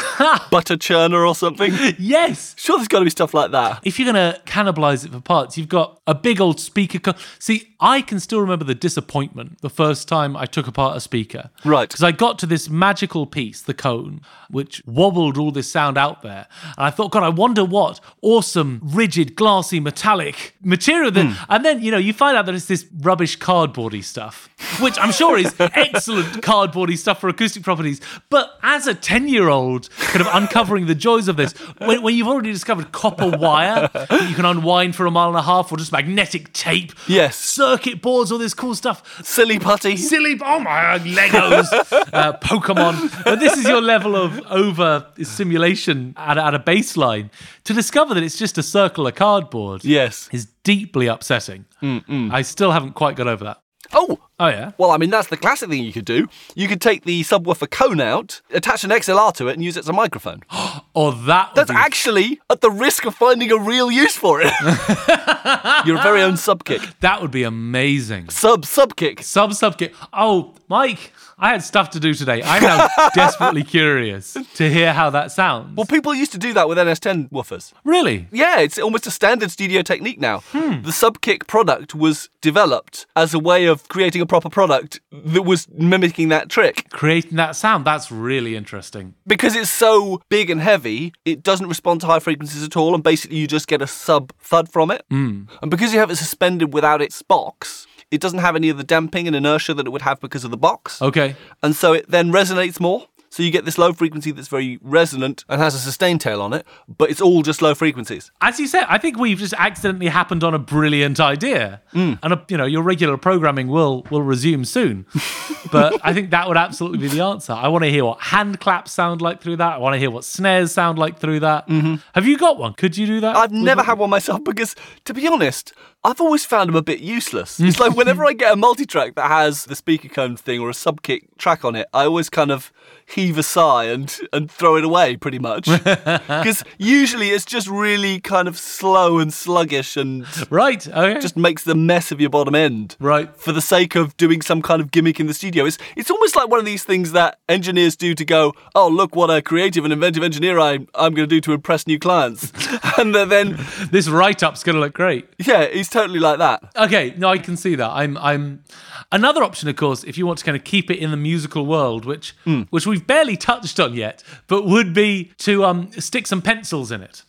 Speaker 1: butter churner or something.
Speaker 3: Yes.
Speaker 1: Sure, there's got to be stuff like that.
Speaker 3: if you're going to cannibalize it for parts, you've got a big old speaker. Co- See, I can still remember the disappointment the first time I took apart a speaker.
Speaker 1: Right.
Speaker 3: Because I got to this magical piece, the cone, which wobbled all this sound out there. And I thought, God, I wonder what awesome, rigid, glassy, metallic material that. And then, you know, you find out that it's this rubbish cardboardy stuff, which I'm sure is excellent cardboardy stuff for acoustic properties. But as a 10 year old, kind of uncovering the joys of this, when, when you've already discovered copper wire that you can unwind for a mile and a half or just magnetic tape,
Speaker 1: Yes.
Speaker 3: circuit boards, all this cool stuff
Speaker 1: Silly putty.
Speaker 3: silly oh my legos uh, pokemon but this is your level of over simulation at, at a baseline to discover that it's just a circle of cardboard
Speaker 1: Yes.
Speaker 3: is deeply upsetting i still haven't quite got over that
Speaker 1: Oh,
Speaker 3: oh yeah
Speaker 1: well, I mean, that's the classic thing you could do. You could take the subwoofer cone out, attach an XLR to it, and use it as a *gasps* microphone.
Speaker 3: or that would
Speaker 1: That's
Speaker 3: be-
Speaker 1: actually at the risk of finding a real use for *laughs* it. Your very own sub kick.
Speaker 3: that would be amazing
Speaker 1: Sub, sub kick.
Speaker 3: sub sub get oh mike i had stuff to do today i'm
Speaker 1: *laughs*
Speaker 3: now desperately curious to hear how that sounds
Speaker 1: Well, people used to do that with NS10 woofers.
Speaker 3: really
Speaker 1: Yeah, it's almost a standard studio technique now. The sub kick product was developed as a way of creating a proper product that was mimicking that trick.
Speaker 3: creating that sound that's really interesting
Speaker 1: Because it's so big and heavy, it doesn't respond to high frequencies at all, and basically you just get a sub thud from it. And because you have it suspended without its box,
Speaker 3: Oh.
Speaker 1: it doesn't have any of the damping and inertia that it would have because of the box.
Speaker 3: okay
Speaker 1: and so it then resonates more. So you get this low frequency that's very resonant and has a sustain tail on it, but it's all just low frequencies.
Speaker 3: As you said, I think we've just accidentally happened on a brilliant idea,
Speaker 1: Mm.
Speaker 3: and uh, you know your regular programming will will resume
Speaker 1: *laughs*
Speaker 3: soon. but I think that would absolutely be the answer. I want to hear what hand claps sound like through that. I want to hear what snares sound like through that. Have you got one? Could you do that?
Speaker 1: Mm-hmm. I've never had one myself because, to be honest, I've always found them a bit useless. It's like whenever I get a multi-track that has the speaker cone thing or a sub kick track on it, I always kind of heave a sigh and and throw it away pretty much because usually it's just really kind of slow and sluggish and
Speaker 3: right. Okay.
Speaker 1: just makes the mess of your bottom end.
Speaker 3: Right.
Speaker 1: For the sake of doing some kind of gimmick in the studio. It's it's almost like one of these things that engineers do to go, oh look what a creative and inventive engineer I, I'm gonna do to impress new clients. *laughs* and then- then
Speaker 3: this write up's going to look great.
Speaker 1: yeah, he's totally like that.
Speaker 3: Okay, no, I can see that. I'm, I'm. Another option, of course, if you want to kind of keep it in the musical world, which, which we've barely touched on yet, but would be to um, stick some pencils in it.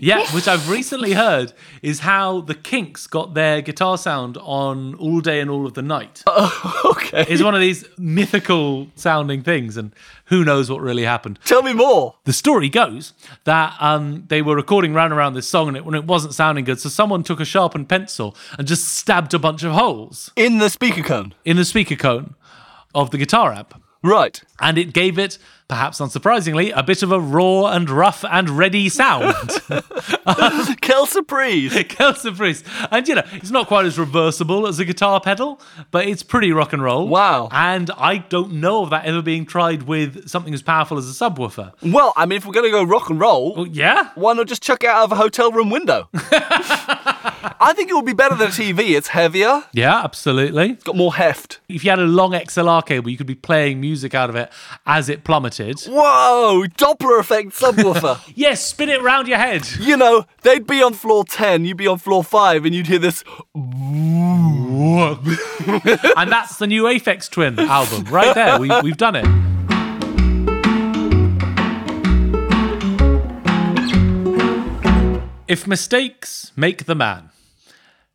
Speaker 3: yeah, which I've recently heard is how the Kinks got their guitar sound on "All Day and All of the Night."
Speaker 1: *laughs* Okay.
Speaker 3: It's one of these mythical sounding things, and who knows what really happened.
Speaker 1: Tell me more.
Speaker 3: The story goes that um, they were recording round and round this song, and it, when it wasn't sounding good, so someone took a sharpened pencil and just stabbed a bunch of holes
Speaker 1: In the speaker cone.
Speaker 3: in the speaker cone of the guitar amp,
Speaker 1: Right.
Speaker 3: and it gave it, perhaps unsurprisingly, a bit of a raw and rough and ready sound. *laughs*
Speaker 1: Kel Surprise.
Speaker 3: Kelsa Priest, and you know, it's not quite as reversible as a guitar pedal, but it's pretty rock and roll.
Speaker 1: Wow.
Speaker 3: And I don't know of that ever being tried with something as powerful as a subwoofer.
Speaker 1: Well, I mean, if we're going to go rock and roll,
Speaker 3: Yeah.
Speaker 1: why not just chuck it out of a hotel room *laughs* window? I think it would be better than a TV. It's heavier,
Speaker 3: Yeah, absolutely.
Speaker 1: got more heft.
Speaker 3: if you had a long XLR cable, you could be playing music out of it as it plummeted.
Speaker 1: Whoa, Doppler effect subwoofer. *laughs*
Speaker 3: Yes, spin it round your head.
Speaker 1: you know, they'd be on floor 10, you'd be on floor 5, and you'd hear this.
Speaker 3: and that's the new Aphex Twin album right there. We, we've done it. If mistakes make the man,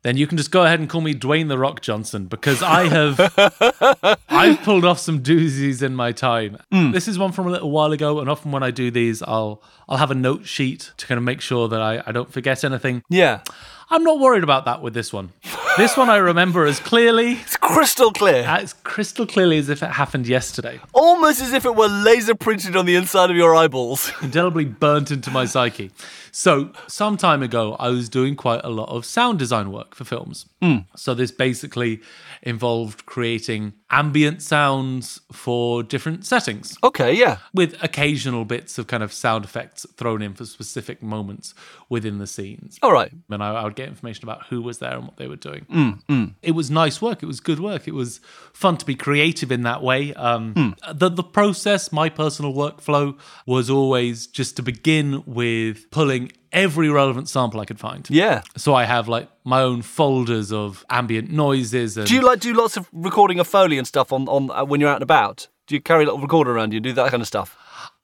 Speaker 3: then you can just go ahead and call me Dwayne the Rock Johnson because I have I've pulled off some doozies in my time. This is one from a little while ago, and often when I do these, I'll I'll have a note sheet to kind of make sure that I, I don't forget anything.
Speaker 1: Yeah.
Speaker 3: I'm not worried about that with this one. This one I remember as clearly
Speaker 1: It's crystal clear.
Speaker 3: as crystal clearly as if it happened yesterday.
Speaker 1: Almost as if it were laser printed on the inside of your eyeballs.
Speaker 3: Indelibly burnt into my psyche. So, some time ago, I was doing quite a lot of sound design work for films. So, this basically involved creating ambient sounds for different settings.
Speaker 1: okay, yeah.
Speaker 3: With occasional bits of kind of sound effects thrown in for specific moments within the scenes.
Speaker 1: All right.
Speaker 3: and I, I would get information about who was there and what they were doing.
Speaker 1: Mm,
Speaker 3: It was nice work. It was good work. It was fun to be creative in that way. Um,
Speaker 1: Mm.
Speaker 3: the the process, my personal workflow, was always just to begin with pulling every relevant sample I could find.
Speaker 1: Yeah.
Speaker 3: So I have like my own folders of ambient noises and
Speaker 1: Do you like do lots of recording of foley and stuff on, on uh, when you're out and about? Do you carry a little recorder around you and do that kind of stuff?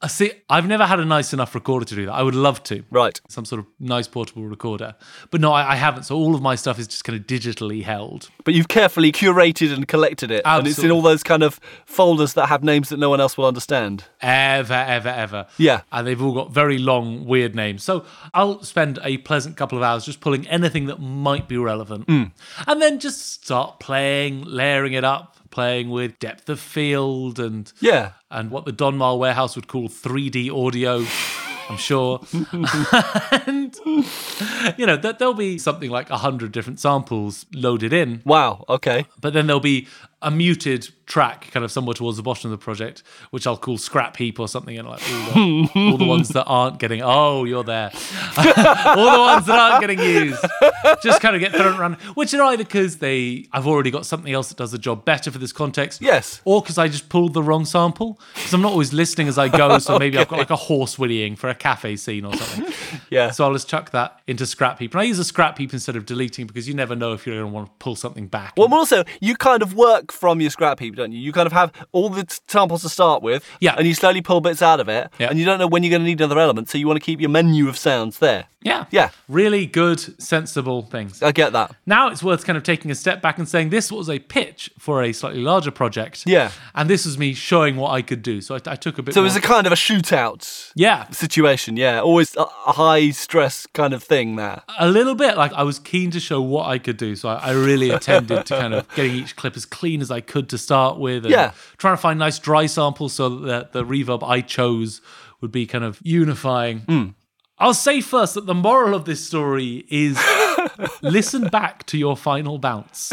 Speaker 3: Uh, See, I've never had a nice enough recorder to do that. I would love to.
Speaker 1: Right.
Speaker 3: Some sort of nice portable recorder. But no, I, I haven't. So all of my stuff is just kind of digitally held.
Speaker 1: But you've carefully curated and collected it, and it's in
Speaker 3: Absolutely.
Speaker 1: all those kind of folders that have names that no one else will understand.
Speaker 3: ever, ever, ever.
Speaker 1: Yeah.
Speaker 3: And they've all got very long, weird names. So I'll spend a pleasant couple of hours just pulling anything that might be relevant and then just start playing, layering it up, playing with depth of field and.
Speaker 1: Yeah.
Speaker 3: And what the Donmar warehouse would call 3D audio, I'm sure. *laughs* and, you know, that there'll be something like 100 different samples loaded in
Speaker 1: Wow. Okay.
Speaker 3: but then there'll be a muted track kind of somewhere towards the bottom of the project which i'll call scrap heap or something and like all the, all the ones that aren't getting oh you're there *laughs* all the ones that aren't getting used just kind of get thrown around which are either because they i've already got something else that does the job better for this context
Speaker 1: Yes.
Speaker 3: or because i just pulled the wrong sample because i'm not always listening as i go so maybe i've got like a horse whinnying for a cafe scene or something
Speaker 1: *laughs* Yeah.
Speaker 3: so i'll just chuck that into scrap heap and i use a scrap heap instead of deleting because you never know if you're going to want to pull something back
Speaker 1: Well, also, you kind of work pick from your scrap heap, don't you? You kind of have all the t- samples to start with,
Speaker 3: Yeah.
Speaker 1: and you slowly pull bits out of it,
Speaker 3: Yeah.
Speaker 1: and you don't know when you're going to need another element, so you want to keep your menu of sounds there.
Speaker 3: Yeah.
Speaker 1: Yeah.
Speaker 3: Really good, sensible things.
Speaker 1: I get that.
Speaker 3: Now it's worth kind of taking a step back and saying this was a pitch for a slightly larger project.
Speaker 1: Yeah.
Speaker 3: And this was me showing what I could do. So I, I took a bit.
Speaker 1: So it
Speaker 3: more-
Speaker 1: was a kind of a shootout
Speaker 3: yeah,
Speaker 1: situation, yeah. Always a a high stress kind of thing there.
Speaker 3: a little bit. Like I was keen to show what I could do. So I,
Speaker 1: *laughs*
Speaker 3: I really attended to kind of getting each clip as clean as I could to start with. And
Speaker 1: Yeah.
Speaker 3: Trying to find nice dry samples so that the reverb I chose would be kind of unifying.
Speaker 1: Hmm.
Speaker 3: I'll say first that the moral of this story
Speaker 1: *laughs*
Speaker 3: is listen back to your final bounce.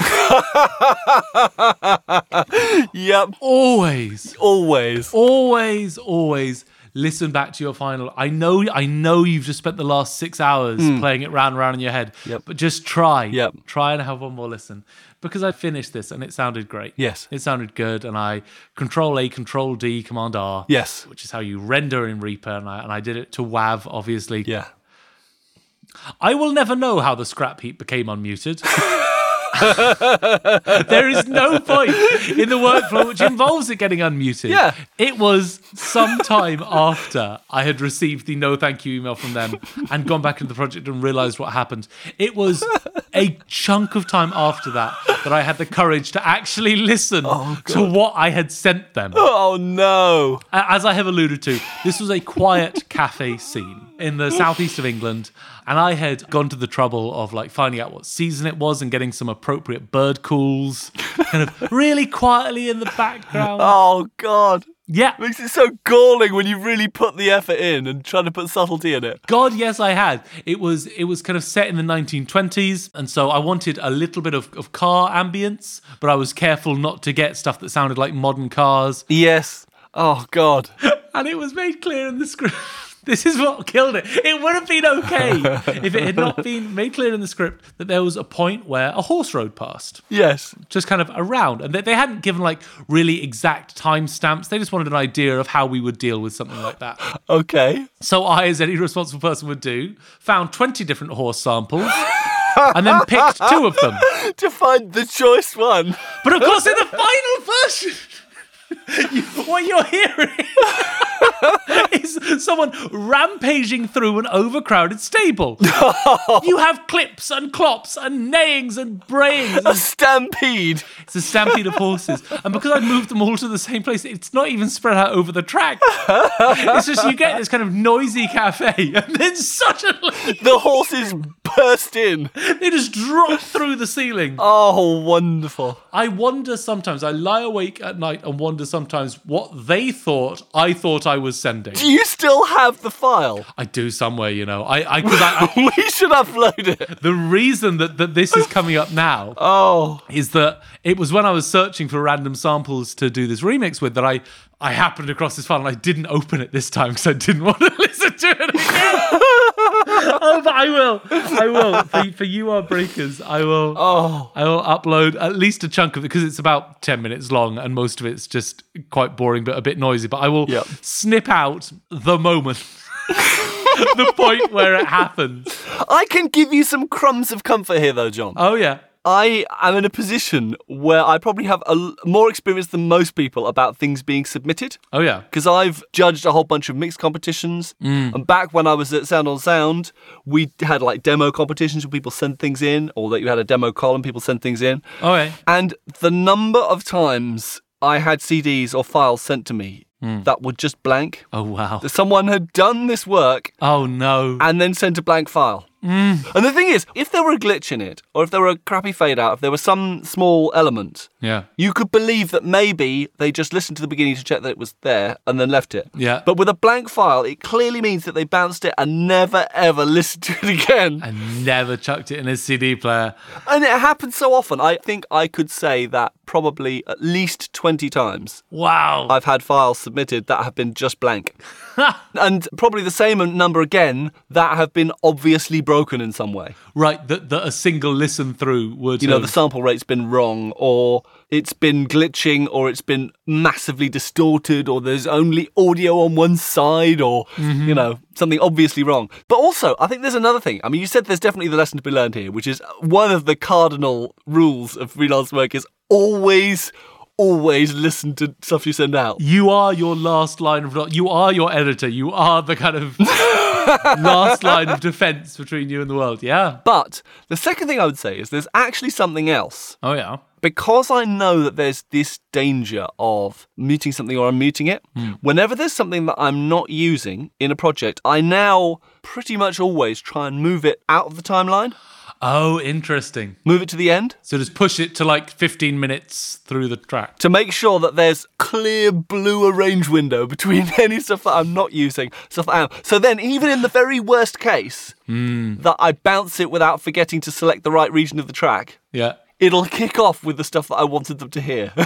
Speaker 1: Yep,
Speaker 3: Always.
Speaker 1: always.
Speaker 3: always always listen back to your final i know i know you've just spent the last six hours playing it round and round in your head
Speaker 1: Hmm. Yep.
Speaker 3: but just try
Speaker 1: Yep.
Speaker 3: try and have one more listen because i finished this and it sounded great
Speaker 1: Yes.
Speaker 3: it sounded good and i control a control d command r
Speaker 1: Yes.
Speaker 3: which is how you render in reaper and i, and I did it to wav obviously
Speaker 1: Yeah.
Speaker 3: I will never know how the scrap heap became unmuted. *laughs* there is no point in the workflow which involves it getting unmuted.
Speaker 1: Yeah.
Speaker 3: It was sometime after I had received the no thank you email from them and gone back into the project and realized what happened. It was a chunk of time after that that I had the courage to actually listen to what I had sent them.
Speaker 1: Oh no.
Speaker 3: Uh, as I have alluded to, this was a quiet cafe scene in the southeast of England, and I had gone to the trouble of like finding out what season it was and getting some appropriate bird calls, kind of really quietly in the
Speaker 1: *laughs*
Speaker 3: background.
Speaker 1: Oh god.
Speaker 3: Yeah,
Speaker 1: Makes it so galling when you really put the effort in and try to put subtlety in it.
Speaker 3: God, yes, I had. It was it was kind of set in the 1920s, and so I wanted a little bit of, of car ambience, but I was careful not to get stuff that sounded like modern cars.
Speaker 1: Yes. Oh god.
Speaker 3: and it was made clear in the script. *laughs* This is what killed it. It would have been okay if it had not been made clear in the script that there was a point where a horse rode past,
Speaker 1: Yes.
Speaker 3: just kind of around, and they, they hadn't given like really exact timestamps. They just wanted an idea of how we would deal with something like that.
Speaker 1: Okay. *laughs*
Speaker 3: So I, as any responsible person would do, found twenty different horse samples and then picked two of them.
Speaker 1: to find the choice one.
Speaker 3: But of course, in the final version, *laughs* you, what you're hearing *laughs* is someone rampaging through an overcrowded stable. You have clips and clops and neighings and brayings.
Speaker 1: A stampede.
Speaker 3: It's a stampede of horses. And because I moved them all to the same place, it's not even spread out over the track. It's just you get this kind of noisy cafe, *laughs* and then suddenly
Speaker 1: The horses burst in.
Speaker 3: they just drop through the ceiling.
Speaker 1: Oh, wonderful.
Speaker 3: I wonder sometimes, I lie awake at night and wonder sometimes what they thought I thought I was sending.
Speaker 1: Do you still have the file? *laughs*
Speaker 3: I do somewhere, you know. I, I, 'cause I, I-
Speaker 1: We should upload it.
Speaker 3: the reason that, that this is coming up now
Speaker 1: Oh,
Speaker 3: is that it was when I was searching for random samples to do this remix with that I, I happened across this file and I didn't open it this time because I didn't *laughs* want to listen to it again. *laughs* oh, but I will. I will. For, for you, our breakers, I will.
Speaker 1: oh.
Speaker 3: I will upload at least a chunk of it because it's about 10 minutes long and most of it's just quite boring but a bit noisy. But I will
Speaker 1: Yep.
Speaker 3: snip out the moment, *laughs* the point where it happens.
Speaker 1: I can give you some crumbs of comfort here, though, John.
Speaker 3: Oh, yeah.
Speaker 1: I am in a position where I probably have a l more experience than most people about things being submitted.
Speaker 3: Oh, yeah.
Speaker 1: because I've judged a whole bunch of mixed competitions. And back when I was at Sound on Sound, we had like demo competitions where people send things in, or that you had a demo column, people send things in.
Speaker 3: All right.
Speaker 1: And the number of times I had CDs or files sent to me that were just blank,
Speaker 3: Oh, wow.
Speaker 1: that someone had done this work
Speaker 3: Oh, no.
Speaker 1: and then sent a blank file.
Speaker 3: Mm.
Speaker 1: And the thing is, if there were a glitch in it, or if there were a crappy fade out, if there was some small element,
Speaker 3: Yeah.
Speaker 1: you could believe that maybe they just listened to the beginning to check that it was there and then left it.
Speaker 3: Yeah.
Speaker 1: But with a blank file, it clearly means that they bounced it and never ever *laughs* listened to it again.
Speaker 3: I never chucked it in a CD player.
Speaker 1: And it happens so often. I think I could say that probably at least 20 times
Speaker 3: Wow.
Speaker 1: I've had files submitted that have been just
Speaker 3: *laughs*
Speaker 1: blank. and probably the same number again that have been obviously broken in some way.
Speaker 3: right. That, that a single listen through would.
Speaker 1: You know,
Speaker 3: have-
Speaker 1: the sample rate's been wrong, or it's been glitching, or it's been massively distorted, or there's only audio on one side, or, you know, something obviously wrong. But also, I think there's another thing. I mean, you said there's definitely the lesson to be learned here, which is one of the cardinal rules of freelance work is always always listen to stuff you send out.
Speaker 3: You are your last line of you are your editor. You are the kind
Speaker 1: *laughs*
Speaker 3: of last line of defense between you and the world. Yeah.
Speaker 1: But the second thing I would say is there's actually something else.
Speaker 3: Oh yeah.
Speaker 1: Because I know that there's this danger of muting something or unmuting it, whenever there's something that I'm not using in a project, I now pretty much always try and move it out of the timeline,
Speaker 3: Oh, interesting.
Speaker 1: move it to the end
Speaker 3: So just push it to like 15 minutes through the track.
Speaker 1: to make sure that there's clear blue arrange window *laughs* between any stuff that I'm not using, stuff that I am. So then, even in the very worst case, that I bounce it without forgetting to select the right region of the track,
Speaker 3: Yeah.
Speaker 1: it'll kick off with the stuff that I wanted them to hear. *laughs*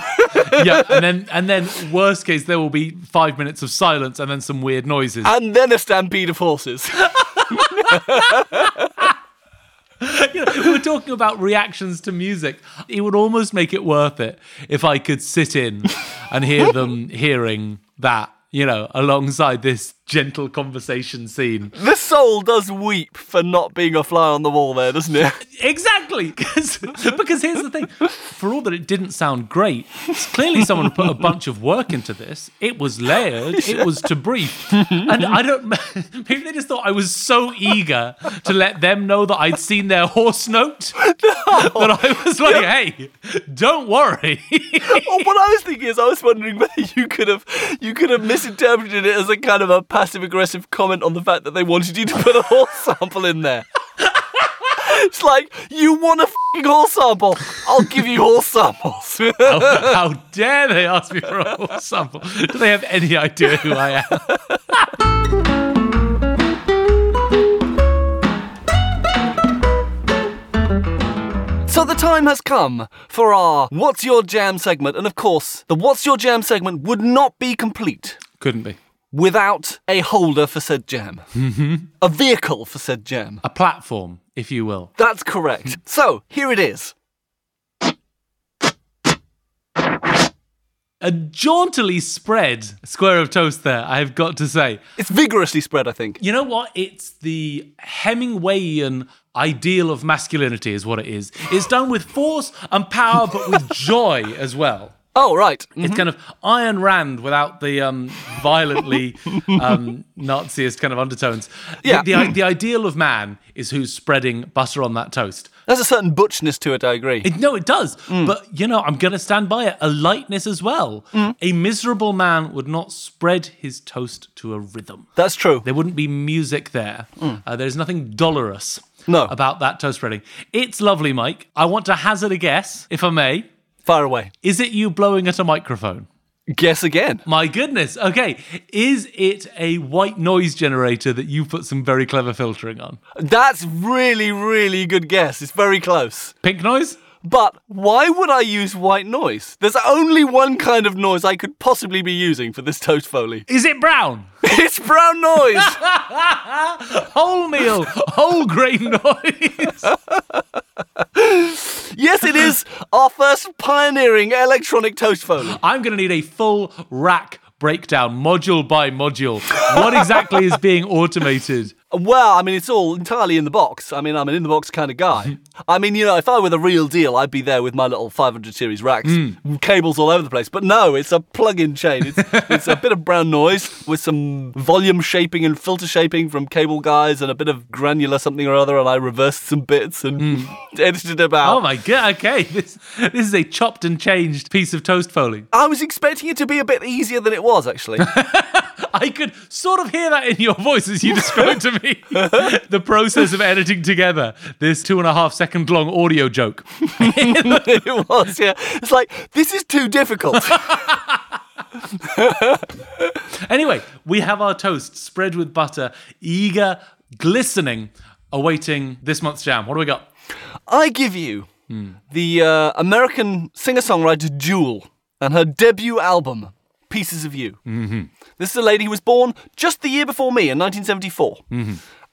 Speaker 3: Yeah, and then and then worst case there will be 5 minutes of silence and then some weird noises.
Speaker 1: and then a stampede of horses. *laughs*
Speaker 3: You *laughs* know, we're talking about reactions to music. It would almost make it worth it if I could sit in and hear them hearing that, you know, alongside this gentle conversation scene.
Speaker 1: the soul does weep for not being a fly on the wall there, doesn't it? *laughs*
Speaker 3: Exactly, 'cause- *laughs* because here's the thing: for all that it didn't sound great, it's clearly someone put a bunch of work into this. It was layered, it was to brief, and I don't. *laughs* Maybe they just thought I was so eager to let them know that I'd seen their horse note that I was like, "Hey, don't worry."
Speaker 1: Well, what I was thinking is, I was wondering whether you could have you could have misinterpreted it as a kind of a passive aggressive comment on the fact that they wanted you to put a horse sample in there. it's like you want a fing horse sample. I'll give you horse samples. *laughs*
Speaker 3: How dare they ask me for a horse sample? Do they have any idea who I am?
Speaker 1: so the time has come for our What's Your Jam segment, and of course, the What's Your Jam segment would not be complete
Speaker 3: Couldn't be
Speaker 1: without a holder for said jam, mm-hmm. a vehicle for said jam.
Speaker 3: a platform, if you will.
Speaker 1: That's correct. So here it is.
Speaker 3: a jauntily spread square of toast there, I've got to say.
Speaker 1: It's vigorously spread, I think.
Speaker 3: You know what? It's the Hemingwayan ideal of masculinity, is what it is. It's done with force and power, but with joy as well.
Speaker 1: Oh, right.
Speaker 3: It's kind of Iron Rand without the um, violently um, Naziist kind of undertones. The-
Speaker 1: Yeah.
Speaker 3: The, i- the ideal of man is who's spreading butter on that toast.
Speaker 1: There's a certain butchness to it, I agree.
Speaker 3: It- no, it does. But, you know, I'm going to stand by it. A lightness as well. A miserable man would not spread his toast to a rhythm.
Speaker 1: That's true.
Speaker 3: There wouldn't be music there. Uh, there's nothing dolorous
Speaker 1: No.
Speaker 3: about that toast spreading. It's lovely, Mike. I want to hazard a guess, if I may.
Speaker 1: Fire away.
Speaker 3: Is it you blowing at a microphone?
Speaker 1: Guess again.
Speaker 3: My goodness. Okay. Is it a white noise generator that you put some very clever filtering on?
Speaker 1: That's really, really good guess. It's very close.
Speaker 3: Pink noise?
Speaker 1: But why would I use white noise? There's only one kind of noise I could possibly be using for this toast foley. *laughs*
Speaker 3: Is it brown? *laughs*
Speaker 1: It's brown noise.
Speaker 3: Wholemeal, whole grain *laughs* noise.
Speaker 1: yes, it is our first pioneering electronic toast foley.
Speaker 3: I'm going to need a full rack breakdown, module by module. What exactly is being automated?
Speaker 1: Well, I mean, it's all entirely in the box. I mean, I'm an in the box kind of guy. I mean, you know, if I were the real deal, I'd be there with my little 500 series racks, cables all over the place. But no, it's a plug-in chain. It's, it's a bit of brown noise with some volume shaping and filter shaping from cable guys and a bit of granular something or other. And I reversed some bits and *laughs* edited it out.
Speaker 3: Oh my god! Okay, *laughs* this this is a chopped and changed piece of toast foley.
Speaker 1: I was expecting it to be a bit easier than it was, actually. *laughs*
Speaker 3: I could sort of hear that in your voice as you described to me *laughs* the process of editing together this two and a half second long audio joke.
Speaker 1: it was, yeah. It's like, this is too difficult.
Speaker 3: Anyway, we have our toast spread with butter, eager, glistening, awaiting this month's jam. What do we got?
Speaker 1: I give you the uh, American singer songwriter Jewel and her debut album, Pieces of You. Mm-hmm. This is a lady who was born just the year before me in 1974.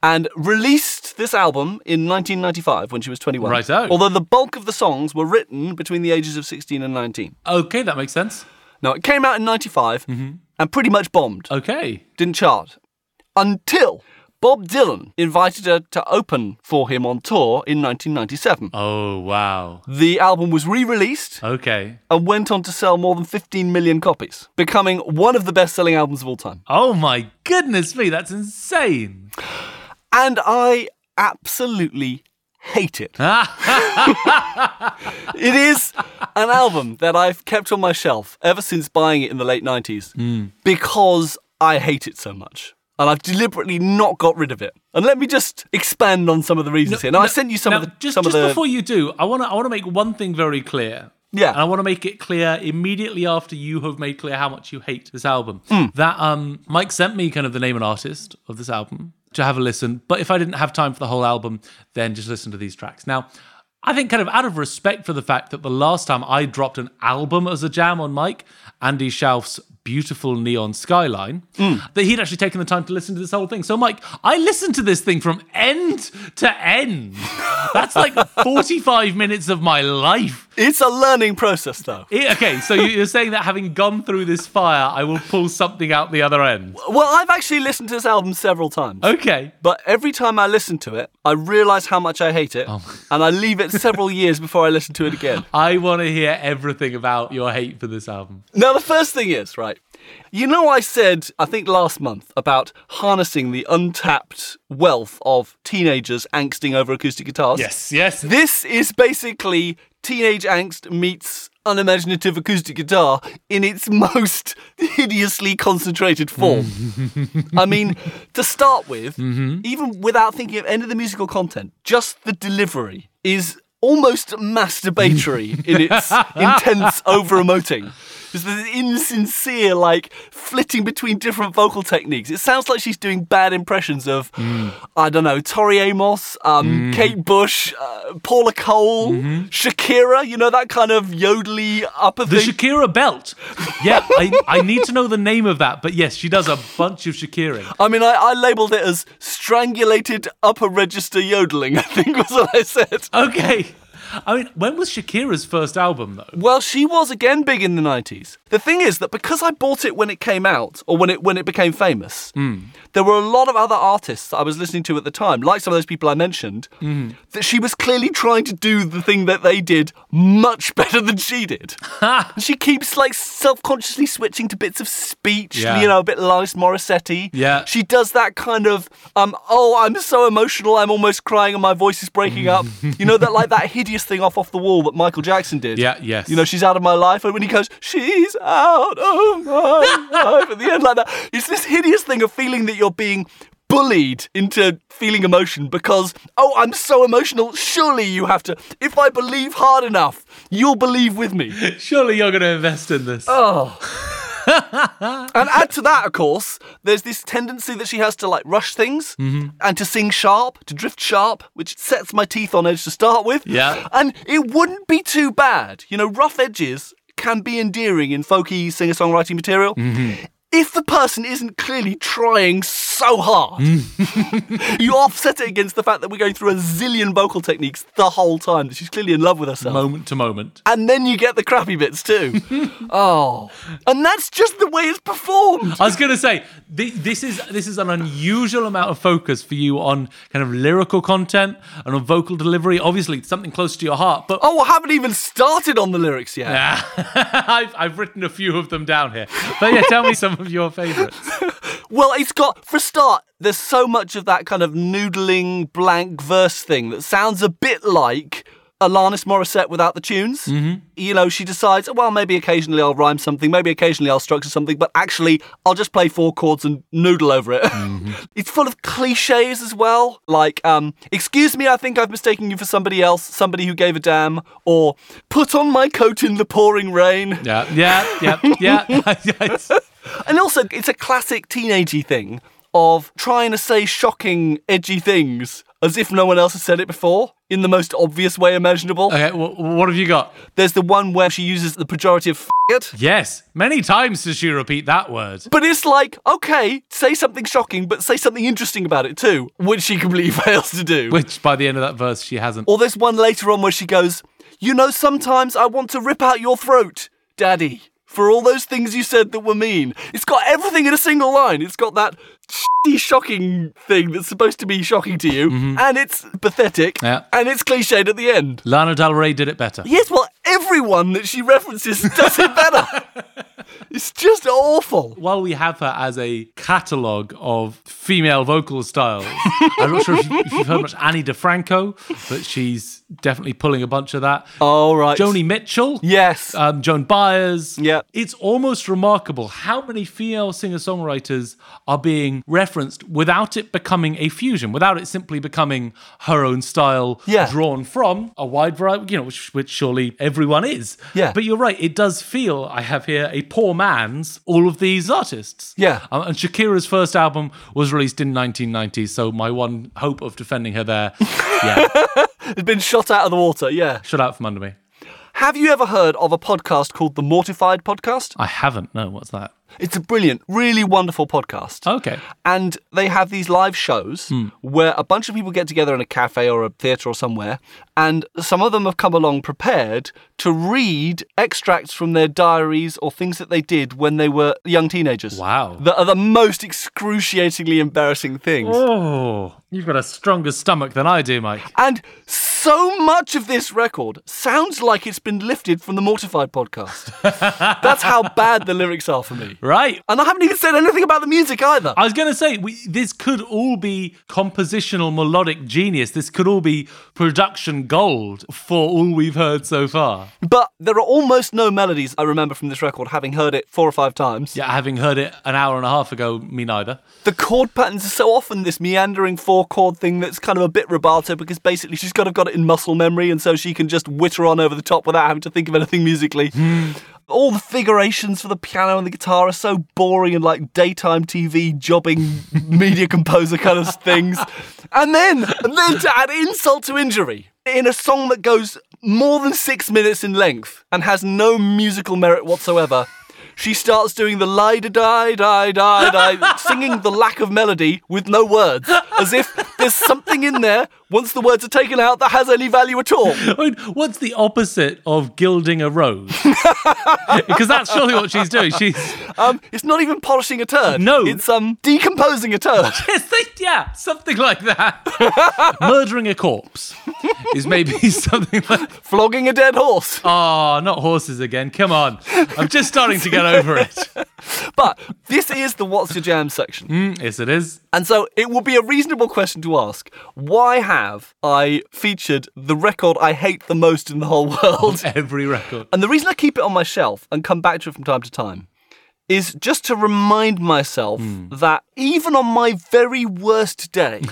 Speaker 1: And released this album in 1995 when she was 21.
Speaker 3: Righto.
Speaker 1: Although the bulk of the songs were written between the ages of 16 and 19.
Speaker 3: Okay, that makes sense.
Speaker 1: Now, it came out in 95 and pretty much bombed
Speaker 3: Okay.
Speaker 1: didn't chart until Bob Dylan invited her to open for him on tour in 1997.
Speaker 3: Oh, wow.
Speaker 1: The album was re released
Speaker 3: Okay.
Speaker 1: and went on to sell more than 15 million copies, becoming one of the best selling albums of all time.
Speaker 3: Oh, my goodness me. That's insane.
Speaker 1: And I absolutely hate it.
Speaker 3: Ah.
Speaker 1: *laughs* it is an album that I've kept on my shelf ever since buying it in the late 90s
Speaker 3: Hmm.
Speaker 1: because I hate it so much. And I've deliberately not got rid of it. And let me just expand on some of the reasons here. Now, I sent you some
Speaker 3: Now,
Speaker 1: of the.
Speaker 3: just,
Speaker 1: some
Speaker 3: just
Speaker 1: of the,
Speaker 3: before you do, I want to I want to make one thing very clear.
Speaker 1: Yeah.
Speaker 3: and I want to make it clear immediately after you have made clear how much you hate this album. That um, Mike sent me kind of the name and artist of this album to have a listen. But if I didn't have time for the whole album, then just listen to these tracks. Now, I think kind of out of respect for the fact that the last time I dropped an album as a jam on Mike, Andy Schauf's beautiful neon skyline, that he'd actually taken the time to listen to this whole thing. So, Mike, I listened to this thing from end to end. That's like 45 minutes of my life.
Speaker 1: It's a learning process, though.
Speaker 3: It- okay, so you- you're saying that having gone through this fire, I will pull something out the other end.
Speaker 1: Well, I've actually listened to this album several times.
Speaker 3: Okay.
Speaker 1: But every time I listen to it, I realise how much I hate it.
Speaker 3: Oh
Speaker 1: And I leave it several years before I listen to it
Speaker 3: *laughs*
Speaker 1: again.
Speaker 3: I want to hear everything about your hate for this album.
Speaker 1: Now, the first thing is, right, you know, I said, I think last month, about harnessing the untapped wealth of teenagers angsting over acoustic guitars.
Speaker 3: yes.
Speaker 1: This is basically teenage angst meets unimaginative acoustic guitar in its *laughs* most hideously concentrated form. I mean, to start with, even without thinking of any of the musical content, just the delivery is almost masturbatory in its intense over emoting. It's this insincere, like flitting between different vocal techniques. It sounds like she's doing bad impressions of, I don't know, Tori Amos, um, Kate Bush, uh, Paula Cole, Shakira. You know that kind of yodely upper
Speaker 3: The
Speaker 1: thing.
Speaker 3: Shakira belt. Yeah, I, I need to know the name of that, but yes, she does a bunch of Shakiring.
Speaker 1: I mean, I, I labelled it as strangulated upper register yodeling. I think was what I said.
Speaker 3: Okay. I mean, when was Shakira's first album, though?
Speaker 1: Well, she was again big in the 90s. The thing is that because I bought it when it came out or when it when it became famous,
Speaker 3: Hmm.
Speaker 1: there were a lot of other artists that I was listening to at the time, like some of those people I mentioned,
Speaker 3: Hmm.
Speaker 1: that she was clearly trying to do the thing that they did much *laughs* better than she
Speaker 3: *laughs*
Speaker 1: did. she keeps like self-consciously switching to bits of speech,
Speaker 3: Yeah.
Speaker 1: you know, a bit Lars Morissetti.
Speaker 3: Yeah.
Speaker 1: She does that kind of um oh, I'm so emotional, I'm almost crying and my voice is breaking
Speaker 3: *laughs*
Speaker 1: up. you know that like that hideous thing off off the wall that Michael Jackson did.
Speaker 3: Yeah, yes.
Speaker 1: You know, she's out of my life. And when he goes, she's out of my life at the end, like that. It's this hideous thing of feeling that you're being bullied into feeling emotion because, oh, I'm so emotional. Surely you have to. If I believe hard enough, you'll believe with me.
Speaker 3: Surely you're going to invest in this.
Speaker 1: And add to that, of course, there's this tendency that she has to like rush things and to sing sharp, to drift sharp, which sets my teeth on edge to start with.
Speaker 3: Yeah.
Speaker 1: And it wouldn't be too bad. You know, rough edges can be endearing in folky singer songwriting material. If the person isn't clearly trying so hard, *laughs* you offset it against the fact that we're going through a zillion vocal techniques the whole time, that she's clearly in love with herself
Speaker 3: Moment to moment.
Speaker 1: and then you get the crappy bits too. oh, and that's just the way it's performed.
Speaker 3: I was going to say th- this is this is an unusual amount of focus for you on kind of lyrical content and on vocal delivery. Obviously, it's something close to your heart, but *laughs*
Speaker 1: Oh, I haven't even started on the lyrics yet.
Speaker 3: I've I've written a few of them down here. But yeah, tell me some of your favourites.
Speaker 1: Well, it's got for a start. There's so much of that kind of noodling blank verse thing that sounds a bit like Alanis Morissette without the tunes. Mm-hmm. You know, she decides, "Oh, well, maybe occasionally I'll rhyme something, maybe occasionally I'll structure something, but actually I'll just play four chords and noodle over it. *laughs* it's full of cliches as well, like, um, excuse me, I think I've mistaken you for somebody else, somebody who gave a damn, or put on my coat in the pouring rain.
Speaker 3: *laughs* Yeah, yeah, yeah, yeah. Yes.
Speaker 1: And also, it's a classic teenagey thing of trying to say shocking, edgy things as if no one else has said it before in the most obvious way imaginable.
Speaker 3: *laughs* okay, wh- what have you got?
Speaker 1: There's the one where she uses the pejorative f- it.
Speaker 3: Yes, many times does she repeat that word.
Speaker 1: But it's like, okay, say something shocking, but say something interesting about it too, which she completely *laughs* fails to do.
Speaker 3: Which by the end of that verse she hasn't.
Speaker 1: Or there's one later on where she goes, You know, sometimes I want to rip out your throat, Daddy. for all those things you said that were mean. It's got everything in a single line. It's got that shitty, shocking thing that's supposed to be shocking to you, and it's pathetic,
Speaker 3: Mm-hmm. Yeah.
Speaker 1: and it's cliched at the end.
Speaker 3: Lana Del Rey did it better.
Speaker 1: Yes, well, everyone that she references does it
Speaker 3: *laughs*
Speaker 1: better. it's just awful.
Speaker 3: While we have her as a catalogue of female vocal styles, I'm not sure if you- if you've heard much Annie DeFranco, but she's definitely pulling a bunch of that.
Speaker 1: All right.
Speaker 3: Joni Mitchell.
Speaker 1: Yes.
Speaker 3: um, Joan Byers.
Speaker 1: Yeah.
Speaker 3: It's almost remarkable how many female singer songwriters are being referenced without it becoming a fusion, without it simply becoming her own style
Speaker 1: Yeah.
Speaker 3: drawn from a wide variety, you know, which, which surely everyone is.
Speaker 1: Yeah.
Speaker 3: But you're right, it does feel, I have here, a poor man's all of these artists.
Speaker 1: Yeah.
Speaker 3: Um, and Shakira's first album was released in 1990, so my one hope of defending her there, yeah,
Speaker 1: *laughs* it's been shot out of the water, yeah.
Speaker 3: shut out from under me.
Speaker 1: Have you ever heard of a podcast called The Mortified Podcast?
Speaker 3: I haven't. No, what's that?
Speaker 1: It's a brilliant, really wonderful podcast.
Speaker 3: Okay.
Speaker 1: and they have these live shows
Speaker 3: Hmm.
Speaker 1: where a bunch of people get together in a cafe or a theatre or somewhere, and some of them have come along prepared to read extracts from their diaries or things that they did when they were young teenagers.
Speaker 3: Wow.
Speaker 1: That are the most excruciatingly embarrassing things.
Speaker 3: Oh, you've got a stronger stomach than I do, Mike.
Speaker 1: And so much of this record sounds like it's been lifted from the Mortified
Speaker 3: *laughs*
Speaker 1: podcast. That's how bad the lyrics are for me.
Speaker 3: Right.
Speaker 1: And I haven't even said anything about the music either.
Speaker 3: I was going to say, we, this could all be compositional melodic genius. This could all be production gold for all we've heard so far.
Speaker 1: But there are almost no melodies I remember from this record, having heard it four or five times.
Speaker 3: Yeah, having heard it an hour and a half ago, me neither. *laughs*
Speaker 1: The chord patterns are so often this meandering four chord thing that's kind of a bit rubato because basically she's kind of got it in muscle memory and so she can just whitter on over the top without having to think of anything musically. All the figurations for the piano and the guitar are so boring and like daytime TV jobbing media composer kind of things. And then, and then to add insult to injury, in a song that goes more than six minutes in length and has no musical merit whatsoever, she starts doing the lie da die die die die, singing the lack of melody with no words, as if there's something in there once the words are taken out that has any value at all.
Speaker 3: I mean, what's the opposite of gilding a rose? *laughs* Because that's surely what she's doing. She's, *laughs*
Speaker 1: Um, it's not even polishing a turd.
Speaker 3: No.
Speaker 1: it's um decomposing a
Speaker 3: *laughs*
Speaker 1: turd.
Speaker 3: yeah, something like that. *laughs* Murdering a corpse is maybe *laughs* something like
Speaker 1: flogging a dead horse.
Speaker 3: Oh, not horses again. Come on. I'm just starting to get over it. *laughs*
Speaker 1: But this is the What's Your Jam section.
Speaker 3: Mm, yes, it is.
Speaker 1: And so it would be a reasonable question to ask why have I featured the record I hate the most in the whole world?
Speaker 3: Every record.
Speaker 1: And the reason I keep it on my shelf and come back to it from time to time is just to remind myself that even on my very worst day,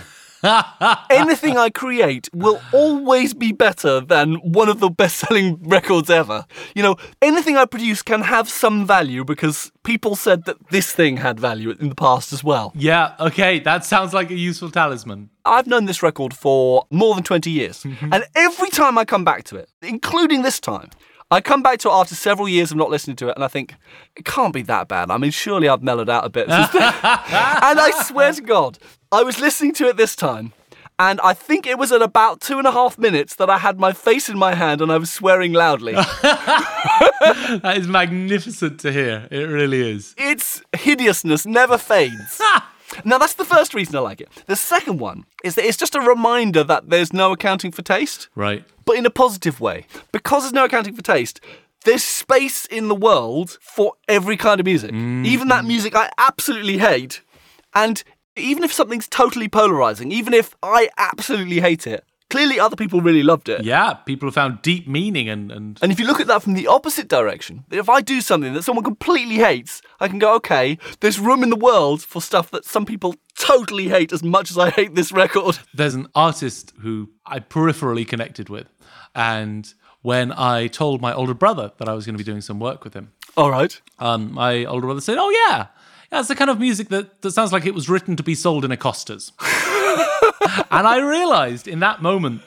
Speaker 1: anything I create will always be better than one of the best selling *laughs* records ever. You know, anything I produce can have some value because people said that this thing had value in the past as well.
Speaker 3: Yeah, okay. That sounds like a useful talisman.
Speaker 1: I've known this record for more than 20 years. And every time I come back to it, including this time, I come back to it after several years of not listening to it and I think, it can't be that bad. I mean, surely I've mellowed out a bit *laughs* since then. and I swear to God, I was listening to it this time. And I think it was at about two and a half minutes that I had my face in my hand and I was swearing loudly.
Speaker 3: That is magnificent to hear. It really is.
Speaker 1: its hideousness never fades. now, that's the first reason I like it. The second one is that it's just a reminder that there's no accounting for taste.
Speaker 3: Right.
Speaker 1: but in a positive way. Because there's no accounting for taste, there's space in the world for every kind of music, even that music I absolutely hate. And even if something's totally polarizing, even if I absolutely hate it, clearly other people really loved it.
Speaker 3: Yeah, people have found deep meaning and, and
Speaker 1: And if you look at that from the opposite direction, if I do something that someone completely hates, I can go, okay, there's room in the world for stuff that some people totally hate as much as I hate this record. *laughs*
Speaker 3: there's an artist who I peripherally connected with. And when I told my older brother that I was going to be doing some work with him,
Speaker 1: All right.
Speaker 3: um, my older brother said, Oh, yeah, that's the kind of music that, that sounds like it was written to be sold in a Costas. and I realized in that moment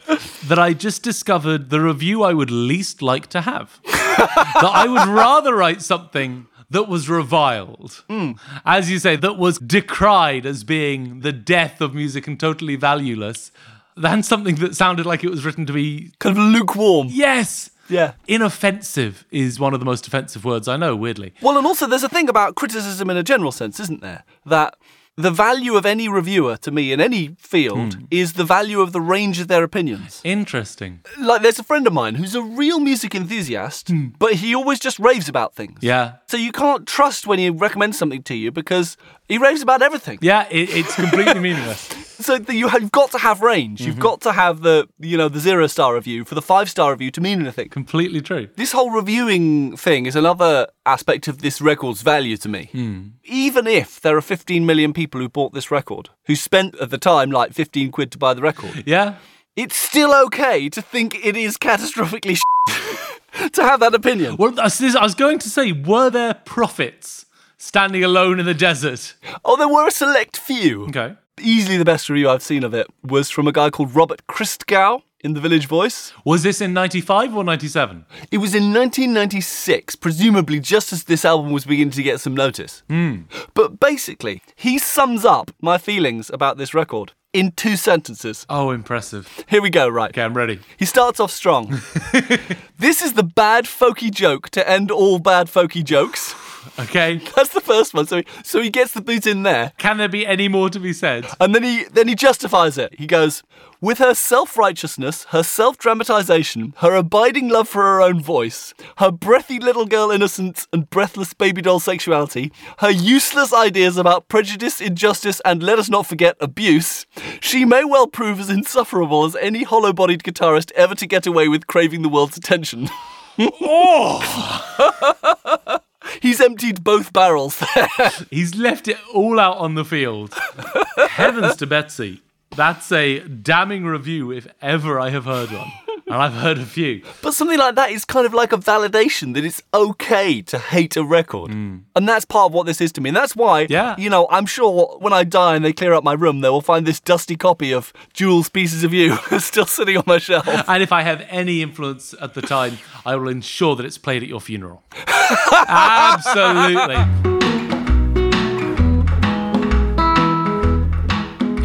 Speaker 3: that I just discovered the review I would least like to have. that I would rather write something that was reviled, as you say, that was decried as being the death of music and totally valueless, than something that sounded like it was written to be,
Speaker 1: Kind of lukewarm.
Speaker 3: yes.
Speaker 1: Yeah.
Speaker 3: Inoffensive is one of the most offensive words I know, weirdly.
Speaker 1: Well, and also there's a thing about criticism in a general sense, isn't there? That the value of any reviewer to me in any field
Speaker 3: Hmm.
Speaker 1: is the value of the range of their opinions.
Speaker 3: Interesting.
Speaker 1: Like, there's a friend of mine who's a real music enthusiast, but he always just raves about things.
Speaker 3: Hmm. Yeah.
Speaker 1: So you can't trust when he recommends something to you because he raves about everything.
Speaker 3: Yeah, it, it's completely *laughs* meaningless.
Speaker 1: So th- you have, you've got to have range.
Speaker 3: Mm-hmm.
Speaker 1: You've got to have the you know the zero star review for the five star review to mean anything.
Speaker 3: Completely true.
Speaker 1: This whole reviewing thing is another aspect of this record's value to me. Even if there are 15 million people who bought this record, who spent at the time like 15 quid to buy the
Speaker 3: *laughs*
Speaker 1: record,
Speaker 3: Yeah.
Speaker 1: it's still okay to think it is catastrophically *laughs* shit, to have that opinion.
Speaker 3: Well, I was I was going to say, were there prophets standing alone in the desert?
Speaker 1: Oh, there were a select few.
Speaker 3: Okay.
Speaker 1: Easily the best review I've seen of it was from a guy called Robert Christgau in The Village Voice.
Speaker 3: Was this in 95 or 97?
Speaker 1: It was in 1996, presumably just as this album was beginning to get some notice. But basically, he sums up my feelings about this record in two sentences.
Speaker 3: Oh, impressive.
Speaker 1: Here we go, right.
Speaker 3: Okay, I'm ready.
Speaker 1: He starts off strong. this is the bad folky joke to end all bad folky jokes. *laughs*
Speaker 3: Okay.
Speaker 1: That's the first one. So he, so he gets the boot in there.
Speaker 3: Can there be any more to be said?
Speaker 1: And then he then he justifies it. He goes, with her self-righteousness, her self-dramatization, her abiding love for her own voice, her breathy little girl innocence and breathless baby doll sexuality, her useless ideas about prejudice, injustice, and let us not forget abuse, she may well prove as insufferable as any hollow-bodied guitarist ever to get away with craving the world's attention. *laughs*
Speaker 3: Oh!
Speaker 1: He's emptied both barrels there.
Speaker 3: He's left it all out on the field. *laughs* Heavens to Betsy. That's a damning review if ever I have heard one. And I've heard a few.
Speaker 1: But something like that is kind of like a validation that it's okay to hate a record. And that's part of what this is to me. And that's why,
Speaker 3: Hmm. Yeah.
Speaker 1: you know, I'm sure when I die and they clear up my room, they will find this dusty copy of Jules Pieces of You *laughs* still sitting on my shelf.
Speaker 3: *laughs* And if I have any influence at the time, I will ensure that it's played at your funeral. Absolutely.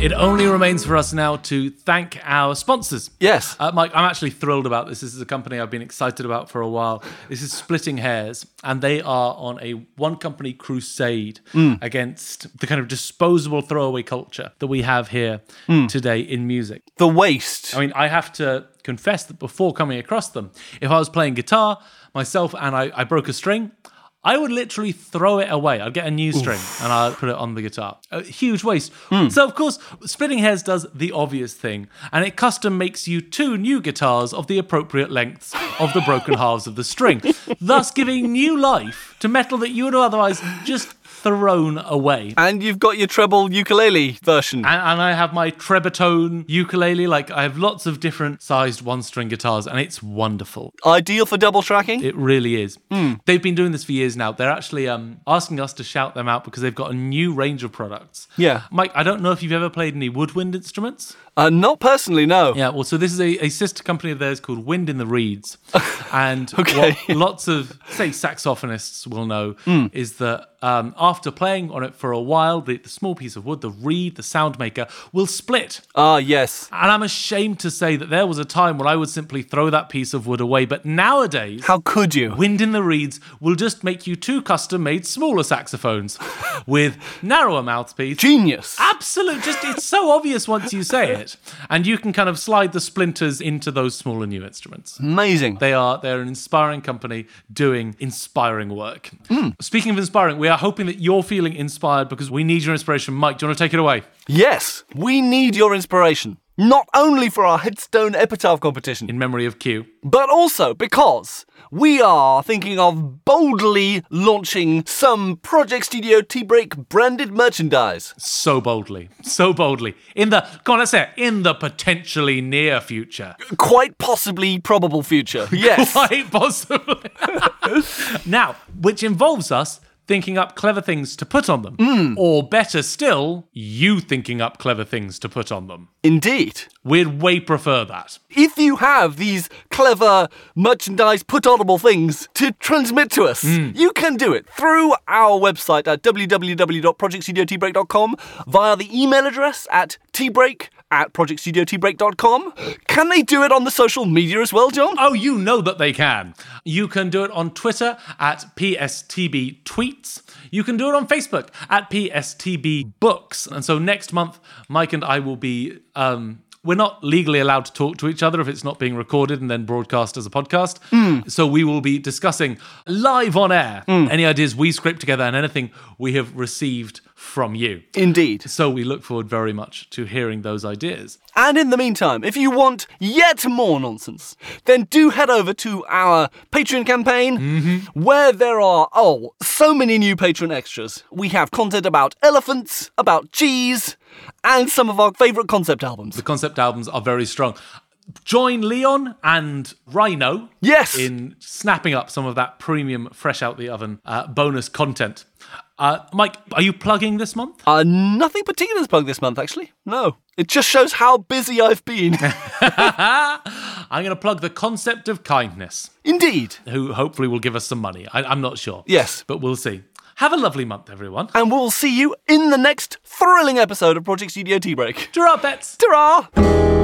Speaker 3: It only remains for us now to thank our sponsors.
Speaker 1: Yes.
Speaker 3: Uh, Mike, I'm actually thrilled about this. This is a company I've been excited about for a while. This is Splitting Hairs, and they are on a one company crusade against the kind of disposable throwaway culture that we have here today in music.
Speaker 1: the waste.
Speaker 3: I mean, I have to confess that before coming across them, if I was playing guitar myself and I, I broke a string, I would literally throw it away. I'd get a new string and I'd put it on the guitar. A huge waste. So, of course, Splitting Hairs does the obvious thing and it custom makes you two new guitars of the appropriate lengths of the broken halves of the string, thus giving new life to metal that you would have otherwise just thrown away.
Speaker 1: and you've got your treble ukulele version.
Speaker 3: And, and I have my trebotone ukulele. Like I have lots of different sized one string guitars, and it's wonderful.
Speaker 1: Ideal for double tracking.
Speaker 3: It really is.
Speaker 1: Hmm.
Speaker 3: They've been doing this for years now. They're actually um, asking us to shout them out because they've got a new range of products.
Speaker 1: Yeah.
Speaker 3: Mike, I don't know if you've ever played any woodwind instruments.
Speaker 1: Uh, not personally, no.
Speaker 3: Yeah, well, so this is a, a sister company of theirs called Wind in
Speaker 1: *laughs*
Speaker 3: the Reeds. And
Speaker 1: Okay. *laughs* Hmm.
Speaker 3: what lots of, say, saxophonists will know is that um, after playing on it for a while, the, the small piece of wood, the reed, the sound maker, will split
Speaker 1: Ah, yes.
Speaker 3: and I'm ashamed to say that there was a time when I would simply throw that piece of wood away. But nowadays,
Speaker 1: How could you?
Speaker 3: Wind in the Reeds will just make you two custom made smaller saxophones with narrower mouthpiece.
Speaker 1: Genius.
Speaker 3: Ah. Absolute, just it's so obvious once you say it. And you can kind of slide the splinters into those smaller new instruments.
Speaker 1: Mm. Amazing.
Speaker 3: They are they're an inspiring company doing inspiring work. Speaking of inspiring, we are hoping that you're feeling inspired because we need your inspiration. Mike, do you want to take it away?
Speaker 1: yes, we need your inspiration. Not only for our headstone epitaph competition.
Speaker 3: In memory of Q.
Speaker 1: but also because we are thinking of boldly launching some Project Studio Tea Break branded merchandise.
Speaker 3: so boldly, so boldly in the come on, let's say it, in the potentially near future,
Speaker 1: Quite possibly probable future. Yes.
Speaker 3: *laughs* quite possibly. *laughs* now, which involves us thinking up clever things to put on them, or better still, you thinking up clever things to put on them.
Speaker 1: Indeed.
Speaker 3: We'd way prefer that.
Speaker 1: If you have these clever merchandise put onable things to transmit to us, you can do it through our website at www.projectstudiotbreak.com via the email address at tbreak at projectstudiotbreak.com. Can they do it on the social media as well, John?
Speaker 3: Oh, you know that they can. You can do it on Twitter at PSTB Tweets. You can do it on Facebook at PSTB Books. And so next month, Mike and I will be. Um, we're not legally allowed to talk to each other if it's not being recorded and then broadcast as a podcast. So we will be discussing live on air any ideas we scrape together and anything we have received from you.
Speaker 1: Indeed.
Speaker 3: So we look forward very much to hearing those ideas.
Speaker 1: And in the meantime, if you want yet more nonsense, then do head over to our Patreon campaign where there are, oh, so many new patron extras. We have content about elephants, about cheese, and some of our favourite concept albums.
Speaker 3: The concept albums are very strong. Join Leon and Rhino
Speaker 1: Yes!
Speaker 3: in snapping up some of that premium, fresh out the oven uh, bonus content. Uh, Mike, are you plugging this month?
Speaker 1: Uh, nothing particular is plugged this month, actually. No. It just shows how busy I've been.
Speaker 3: I'm going to plug the concept of kindness,
Speaker 1: Indeed.
Speaker 3: who hopefully will give us some money. I, I'm not sure.
Speaker 1: Yes.
Speaker 3: But we'll see. Have a lovely month, everyone.
Speaker 1: And we'll see you in the next thrilling episode of Project Studio Tea Break.
Speaker 3: Draw our bets.
Speaker 1: Ta-ra!